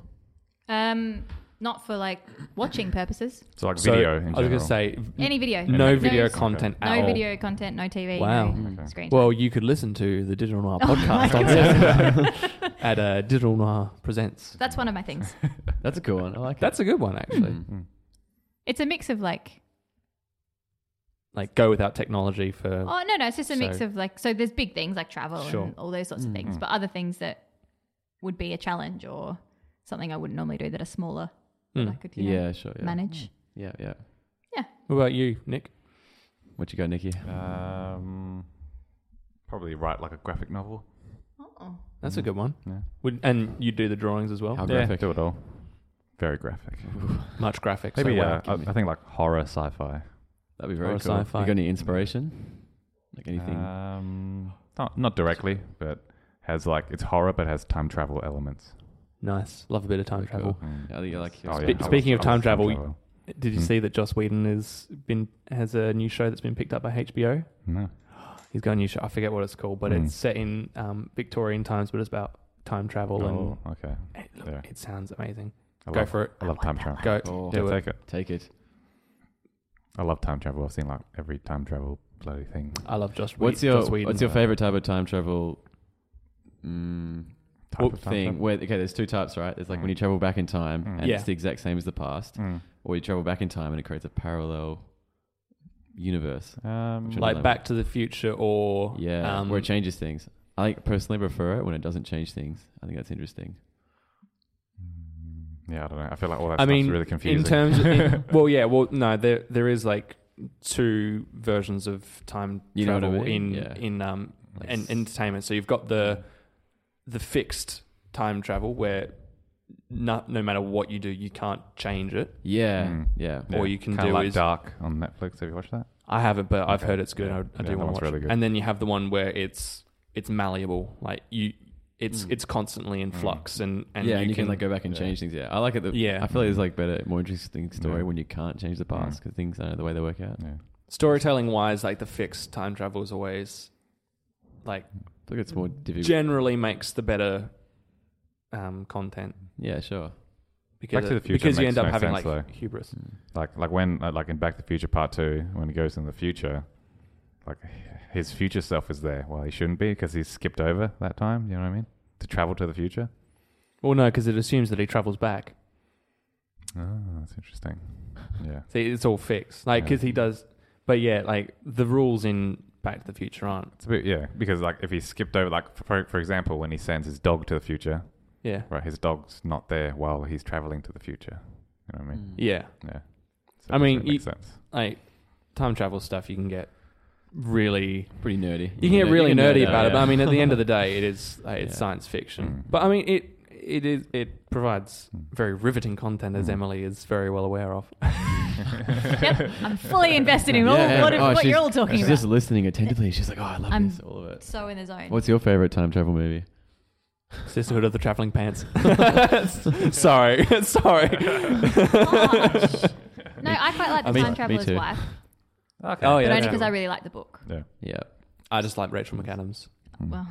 Speaker 2: Um, not for like watching purposes.
Speaker 4: so like
Speaker 3: So,
Speaker 4: video
Speaker 3: I
Speaker 4: in
Speaker 3: was
Speaker 4: general.
Speaker 3: gonna say
Speaker 2: Any video.
Speaker 3: no
Speaker 4: No-
Speaker 3: video
Speaker 2: no
Speaker 3: content at
Speaker 2: No
Speaker 3: all.
Speaker 2: video content. No TV.
Speaker 3: Wow.
Speaker 2: No
Speaker 4: Okay.
Speaker 2: screen.
Speaker 3: Well,
Speaker 2: Well,
Speaker 3: you could listen to the Digital Noir
Speaker 2: Oh my
Speaker 3: podcast on Saturday at uh, Digital Noir Presents.
Speaker 2: that's one of my things.
Speaker 1: that's a cool one. I like
Speaker 4: Hmm.
Speaker 3: Hmm. That's a good one, actually.
Speaker 1: Mm.
Speaker 2: It's a mix of like
Speaker 3: like go without technology for
Speaker 2: Oh no, no, it's just a mix
Speaker 3: So-
Speaker 2: of like so there's big things like travel
Speaker 3: Sure.
Speaker 2: and all those sorts of
Speaker 1: Mm.
Speaker 2: things,
Speaker 4: Mm.
Speaker 2: but other things that would be a challenge or something I wouldn't normally do that are smaller that
Speaker 3: Hmm.
Speaker 2: I could you know,
Speaker 1: Mm. Yeah, sure. Yeah.
Speaker 2: manage.
Speaker 1: Yeah, yeah.
Speaker 3: What about you, Nick?
Speaker 1: What you got, Nikki?
Speaker 3: Uh,
Speaker 4: Um, probably write like a graphic novel.
Speaker 2: Oh.
Speaker 3: That's a
Speaker 4: Hmm.
Speaker 3: good one.
Speaker 4: Yeah.
Speaker 3: Would, and you do the drawings as well.
Speaker 1: How
Speaker 4: Yeah,
Speaker 1: graphic?
Speaker 4: do it all. Very graphic.
Speaker 3: Much graphics.
Speaker 4: Maybe
Speaker 3: so
Speaker 4: uh,
Speaker 3: wacky.
Speaker 4: I, I think like horror sci-fi.
Speaker 1: That'd be very
Speaker 3: Or
Speaker 1: cool.
Speaker 3: sci-fi. Uh,
Speaker 1: You got any inspiration? Like anything?
Speaker 4: Um, not not directly, but has like it's horror, but has time travel elements.
Speaker 3: nice. Love a bit of time
Speaker 1: Very
Speaker 3: travel.
Speaker 4: Mm.
Speaker 1: I think you like
Speaker 4: Oh,
Speaker 1: Spe-
Speaker 4: yeah, I love-
Speaker 3: speaking of
Speaker 4: I love
Speaker 3: time travel,
Speaker 4: travel.
Speaker 3: Did you
Speaker 4: Hmm.
Speaker 3: see that Joss Whedon has been has a new show that's been picked up by HBO?
Speaker 4: No.
Speaker 3: He's got a new show. I forget what it's called, but
Speaker 4: Hmm.
Speaker 3: it's set in um, Victorian times, but it's about time travel
Speaker 4: Oh, okay.
Speaker 3: and it, look,
Speaker 4: Yeah.
Speaker 3: it sounds amazing.
Speaker 4: I
Speaker 3: Go
Speaker 4: love,
Speaker 3: for it.
Speaker 4: I love time travel.
Speaker 3: Go
Speaker 1: Oh,
Speaker 3: do
Speaker 4: yeah,
Speaker 3: it.
Speaker 4: take it.
Speaker 1: Take it.
Speaker 4: I love time travel. I've seen like every time travel bloody thing.
Speaker 3: I love Joss. Whe-
Speaker 1: What's your
Speaker 3: Joss Whedon.
Speaker 1: What's your
Speaker 4: uh,
Speaker 1: favorite type of time travel? Mm,
Speaker 4: Type
Speaker 1: Well,
Speaker 4: of time
Speaker 1: thing
Speaker 4: travel.
Speaker 1: where okay, there's two types, right? There's like when
Speaker 4: Mm.
Speaker 1: you travel back in time
Speaker 4: Mm.
Speaker 1: and
Speaker 3: Yeah.
Speaker 1: it's the exact same as the past,
Speaker 4: Mm.
Speaker 1: or you travel back in time and it creates a parallel universe.
Speaker 4: Um,
Speaker 1: Which one
Speaker 3: like
Speaker 1: Like-
Speaker 3: Back to the Future or
Speaker 1: Yeah,
Speaker 3: um,
Speaker 1: where it changes things. I think personally prefer it when it doesn't change things. I think that's interesting.
Speaker 4: yeah, I don't know. I feel like all that
Speaker 3: I
Speaker 4: stuff's
Speaker 3: mean,
Speaker 4: really confusing.
Speaker 3: in terms of in, well, yeah, well, no, there there is like two versions of time
Speaker 1: You know what I
Speaker 3: travel
Speaker 1: mean?
Speaker 3: in
Speaker 1: Yeah.
Speaker 3: in um
Speaker 4: Like
Speaker 3: and
Speaker 4: s-
Speaker 3: entertainment. So you've got the the fixed time travel where no, no matter what you do, you can't change it.
Speaker 1: Yeah,
Speaker 4: Mm.
Speaker 1: yeah.
Speaker 3: All you can
Speaker 4: Kinda
Speaker 3: do
Speaker 4: like
Speaker 3: is-
Speaker 4: Dark on Netflix. Have you watched that?
Speaker 3: I haven't, but I've
Speaker 4: Okay.
Speaker 3: heard it's good.
Speaker 4: Yeah.
Speaker 3: I, I
Speaker 4: Yeah,
Speaker 3: do
Speaker 4: that
Speaker 3: want
Speaker 4: one's
Speaker 3: to watch.
Speaker 4: really
Speaker 3: it.
Speaker 4: good.
Speaker 3: And then you have the one where it's it's malleable, like you, it's
Speaker 1: Mm.
Speaker 3: it's constantly in
Speaker 4: Mm.
Speaker 3: flux, and and
Speaker 1: yeah, and you can, like go back and
Speaker 4: yeah.
Speaker 1: change things. Yeah, I like it. That,
Speaker 3: Yeah.
Speaker 1: I feel like it's like better, more interesting story
Speaker 4: Yeah. Mm.
Speaker 1: when you can't change the past because things I know the way they work out.
Speaker 4: Yeah.
Speaker 3: storytelling wise, like the fixed time travel is always like
Speaker 1: I think it's more
Speaker 4: Mm.
Speaker 1: difficult.
Speaker 3: generally makes the better um, content
Speaker 1: yeah, sure.
Speaker 3: because
Speaker 4: Back to the Future
Speaker 3: because you end
Speaker 4: makes
Speaker 3: up
Speaker 4: no
Speaker 3: having
Speaker 4: sense,
Speaker 3: like
Speaker 4: though.
Speaker 3: hubris.
Speaker 4: Like like when uh, like in Back to the Future Part Two, when he goes in the future, like his future self is there. Well, he shouldn't be because he's skipped over that time. You know what I mean? To travel to the future.
Speaker 3: Well, no, because it assumes that he travels back. Ah,
Speaker 4: Oh, that's interesting. Yeah.
Speaker 3: See, it's all fixed. Like
Speaker 4: Yeah.
Speaker 3: because he does, but yeah, like the rules in Back to the Future aren't.
Speaker 4: It's a bit, yeah, because like if he skipped over, like for, for example, when he sends his dog to the future,
Speaker 3: Yeah,
Speaker 4: right? His dog's not there while he's traveling to the future. You know what I mean?
Speaker 3: yeah.
Speaker 4: Yeah.
Speaker 3: Mm.
Speaker 4: So
Speaker 3: I
Speaker 4: it
Speaker 3: mean,
Speaker 4: doesn't make sense.
Speaker 3: Like time travel stuff, you can get really
Speaker 1: Pretty nerdy.
Speaker 3: you can get really nerdy about it. But I
Speaker 1: yeah.
Speaker 3: mean, at the end of the day, it is like, it's
Speaker 1: Yeah.
Speaker 3: science fiction.
Speaker 4: Mm.
Speaker 3: But I mean, it it is it provides
Speaker 4: Mm.
Speaker 3: very riveting content, as
Speaker 4: Mm.
Speaker 3: Emily is very well aware of.
Speaker 2: Yep, I'm fully invested in all
Speaker 1: Yeah,
Speaker 2: what,
Speaker 1: yeah. Oh,
Speaker 2: what
Speaker 1: she's-
Speaker 2: you're all talking
Speaker 1: she's
Speaker 2: about.
Speaker 1: just listening attentively. She's like, "Oh, I love
Speaker 2: I'm-
Speaker 1: this, all of it."
Speaker 2: so in the zone.
Speaker 1: What's your favorite time travel movie?
Speaker 3: Sisterhood of the Traveling Pants. sorry, sorry.
Speaker 2: Gosh. Oh, no, I quite like the
Speaker 1: I mean,
Speaker 2: time
Speaker 1: me
Speaker 2: traveler's
Speaker 1: too.
Speaker 2: wife,
Speaker 4: okay.
Speaker 3: Oh,
Speaker 2: but
Speaker 3: yeah.
Speaker 2: only because I really like the book.
Speaker 1: Yeah.
Speaker 3: I just like Rachel McAdams.
Speaker 4: Mm.
Speaker 2: Well,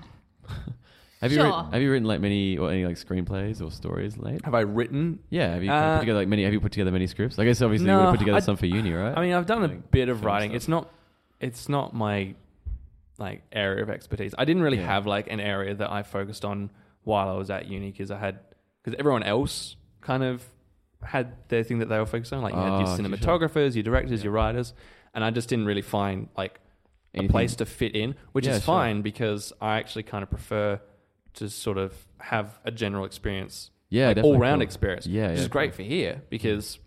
Speaker 1: Have you
Speaker 2: Sure.
Speaker 1: written, have you written like many or any like screenplays or stories late?
Speaker 3: Have I written?
Speaker 1: Yeah. Have you
Speaker 3: Uh,
Speaker 1: put together like many? Have you put together many scripts? I guess obviously
Speaker 3: No,
Speaker 1: you would have put together
Speaker 3: I-
Speaker 1: some for uni, right?
Speaker 3: I mean, I've done a
Speaker 1: Like,
Speaker 3: bit of
Speaker 1: film
Speaker 3: writing.
Speaker 1: stuff.
Speaker 3: It's not, it's not my like area of expertise. I didn't really
Speaker 1: Yeah.
Speaker 3: have like an area that I focused on while I was at uni because I had because everyone else kind of had their thing that they were focused on. Like you had your
Speaker 1: Oh, okay, sure.
Speaker 3: cinematographers, your directors,
Speaker 1: Yeah.
Speaker 3: your writers, and I just didn't really find like
Speaker 1: Anything-
Speaker 3: a place to fit in, which
Speaker 1: Mm-hmm. Yeah,
Speaker 3: is
Speaker 1: sure.
Speaker 3: fine because I actually kind of prefer to sort of have a general experience
Speaker 1: yeah,
Speaker 3: like,
Speaker 1: definitely
Speaker 3: all round
Speaker 1: cool.
Speaker 3: experience.
Speaker 1: Yeah,
Speaker 3: which
Speaker 1: yeah,
Speaker 3: is great for here because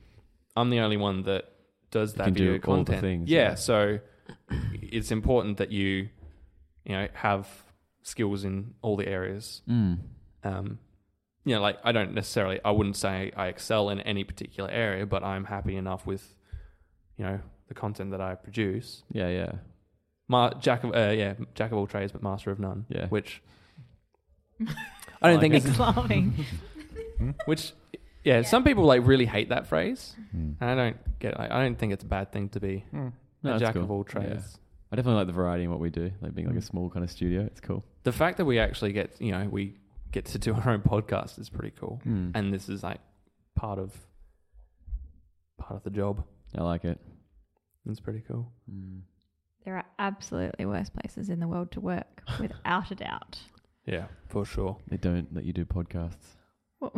Speaker 3: I'm the only one that does that
Speaker 1: can do
Speaker 3: video
Speaker 1: all the
Speaker 3: content.
Speaker 1: things,
Speaker 3: yeah,
Speaker 1: yeah.
Speaker 3: so it's important that you, you know, have skills in all the areas.
Speaker 1: Mm.
Speaker 3: Um, you know, like I don't necessarily, I wouldn't say I excel in any particular area, but I'm happy enough with, you know, the content that I produce.
Speaker 1: Yeah, yeah,
Speaker 3: Ma- jack of, uh, yeah, jack of all trades, but master of none.
Speaker 1: Yeah.
Speaker 3: which I don't think is
Speaker 2: Exploding.
Speaker 3: Which, yeah, some people like really hate that phrase,
Speaker 4: Mm.
Speaker 3: and I don't get. Like, I don't think it's a bad thing to be
Speaker 4: Mm.
Speaker 1: No,
Speaker 3: a
Speaker 1: that's
Speaker 3: jack
Speaker 1: cool.
Speaker 3: of all trades.
Speaker 1: Yeah. I definitely like the variety in what we do. Like being like a
Speaker 4: Mm.
Speaker 1: small kind of studio, it's cool.
Speaker 3: The fact that we actually get, you know, we get to do our own podcast is pretty cool,
Speaker 1: Mm.
Speaker 3: and this is like part of part of the job.
Speaker 1: I like it.
Speaker 3: It's pretty cool.
Speaker 1: Mm.
Speaker 2: there are absolutely worse places in the world to work, without a doubt.
Speaker 3: Yeah, for sure.
Speaker 1: They don't let you do podcasts.
Speaker 2: Well,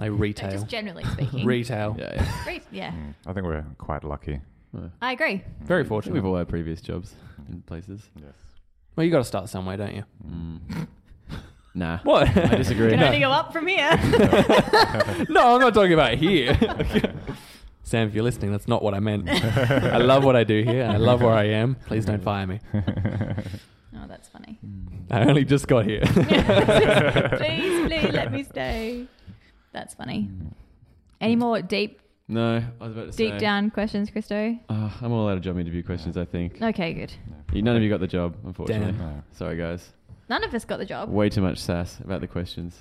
Speaker 3: Like
Speaker 2: just
Speaker 3: retail,
Speaker 2: generally speaking.
Speaker 3: retail.
Speaker 1: Yeah, yeah.
Speaker 2: Re- yeah.
Speaker 4: Hmm. Mm. I think we're quite lucky
Speaker 1: No.
Speaker 2: I agree.
Speaker 3: Very
Speaker 1: I think we've
Speaker 3: fortunate.
Speaker 1: all had previous jobs in places.
Speaker 4: Yes.
Speaker 3: Well, you got to start somewhere, don't you?
Speaker 1: Mm. nah.
Speaker 3: What?
Speaker 1: I disagree.
Speaker 2: Can
Speaker 3: No.
Speaker 2: only go up from here.
Speaker 3: no, I'm not talking about here. Sam, if you're listening, that's not what I meant. I love what I do here. and I love where I am. Please don't fire me.
Speaker 2: oh, that's funny.
Speaker 1: Mm.
Speaker 3: I only just got here.
Speaker 2: please, please let me stay. That's funny. Any more deep,
Speaker 1: No, I was about to say.
Speaker 2: deep down questions, Christo?
Speaker 1: Uh, I'm all out of job interview questions, I think.
Speaker 2: Okay, good.
Speaker 1: You- None of you got the job, unfortunately.
Speaker 3: Damn.
Speaker 4: No.
Speaker 1: Sorry, guys.
Speaker 2: None of us got the job.
Speaker 1: Way too much sass about the questions.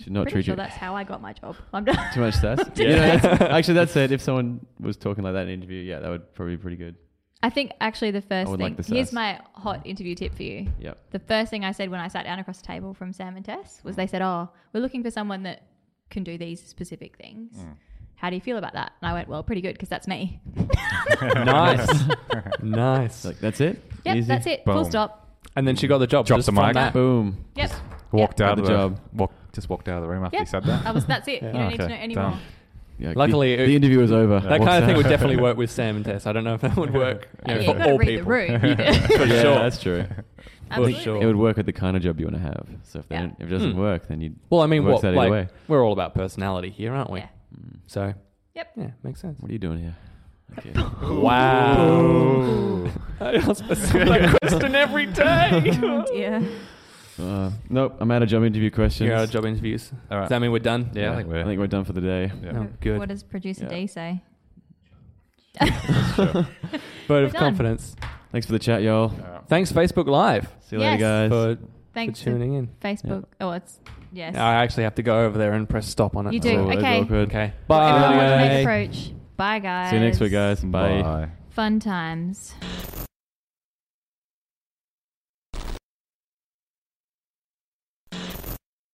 Speaker 1: Should not
Speaker 2: Pretty
Speaker 1: treat
Speaker 2: sure
Speaker 1: you
Speaker 2: that's how I got my job. I'm done.
Speaker 1: too much sass.
Speaker 2: Yeah.
Speaker 1: You know, that's- actually, that said, if someone was talking like that in an interview, yeah, that would probably be pretty good.
Speaker 2: I think actually the first
Speaker 1: I would
Speaker 2: thing.
Speaker 1: like the
Speaker 2: here's
Speaker 1: sass.
Speaker 2: my hot interview tip for you.
Speaker 1: Yep.
Speaker 2: The first thing I said when I sat down across the table from Sam and Tess was they said, "Oh, we're looking for someone that can do these specific things.
Speaker 1: Mm.
Speaker 2: How do you feel about that?" And I went, "Well, pretty good because that's me.
Speaker 3: nice. nice.
Speaker 1: Like that's it.
Speaker 2: Yep,
Speaker 1: Easy.
Speaker 2: that's it. Full
Speaker 4: Boom.
Speaker 2: stop.
Speaker 3: And then she got the job.
Speaker 4: Drop
Speaker 3: just
Speaker 4: the
Speaker 3: from
Speaker 4: mic.
Speaker 3: that.
Speaker 1: Boom.
Speaker 2: Yep,
Speaker 4: Walked
Speaker 1: Got
Speaker 4: out
Speaker 1: the
Speaker 4: of the
Speaker 1: job.
Speaker 4: Walk, just walked out of the room after
Speaker 2: Yep.
Speaker 4: you said that.
Speaker 2: that was that's it. You
Speaker 3: Yeah.
Speaker 2: don't need to
Speaker 4: Okay,
Speaker 2: know any
Speaker 4: done.
Speaker 2: more.
Speaker 1: Yeah,
Speaker 3: Luckily,
Speaker 1: the, the interview was over.
Speaker 3: That
Speaker 1: Walks
Speaker 3: kind of thing
Speaker 1: out.
Speaker 3: would definitely work with Sam and Tess. I don't know if that would work you know,
Speaker 2: Yeah, you
Speaker 3: for
Speaker 2: gotta
Speaker 3: all
Speaker 2: read
Speaker 3: people.
Speaker 2: the room. You do.
Speaker 3: For
Speaker 1: yeah,
Speaker 3: sure.
Speaker 1: that's true.
Speaker 2: Absolutely.
Speaker 3: sure.
Speaker 1: It would work with the kind of job you want to have. So if, they
Speaker 2: Yeah.
Speaker 1: don't, if it doesn't
Speaker 3: Hmm.
Speaker 1: work, then you.
Speaker 3: Well, I mean,
Speaker 1: Works out
Speaker 3: what,
Speaker 1: either
Speaker 3: like,
Speaker 1: way.
Speaker 3: we're all about personality here, aren't we?
Speaker 2: Yeah.
Speaker 3: So,
Speaker 2: Yep.
Speaker 3: yeah, makes sense.
Speaker 1: hmm, What are you doing here? Okay.
Speaker 3: Wow. I ask myself that question every day.
Speaker 2: Oh dear.
Speaker 1: Uh, nope, I'm out of job interview questions.
Speaker 3: You're out of job interviews.
Speaker 4: All right.
Speaker 3: Does that mean we're done?
Speaker 4: Yeah, I think we're-
Speaker 1: I think we're done for the day.
Speaker 4: Yeah.
Speaker 3: Oh, good.
Speaker 2: What does producer
Speaker 1: Yeah.
Speaker 2: D say?
Speaker 3: Vote of
Speaker 2: done.
Speaker 3: confidence.
Speaker 1: Thanks for the chat, y'all.
Speaker 3: Thanks, Facebook Live,
Speaker 1: See you
Speaker 2: Yes.
Speaker 1: later, guys.
Speaker 3: for, for
Speaker 2: Thanks to
Speaker 3: tuning in.
Speaker 2: Facebook. Oh, it's yes.
Speaker 3: I actually have to go over there and press stop on it.
Speaker 2: You
Speaker 1: That's
Speaker 2: do.
Speaker 1: always
Speaker 2: Okay.
Speaker 1: awkward.
Speaker 3: Okay.
Speaker 2: Everyone wants to make
Speaker 3: Bye.
Speaker 2: approach. Bye guys.
Speaker 1: See you next week, guys. Bye.
Speaker 4: Bye.
Speaker 2: Fun times.
Speaker 4: Bye.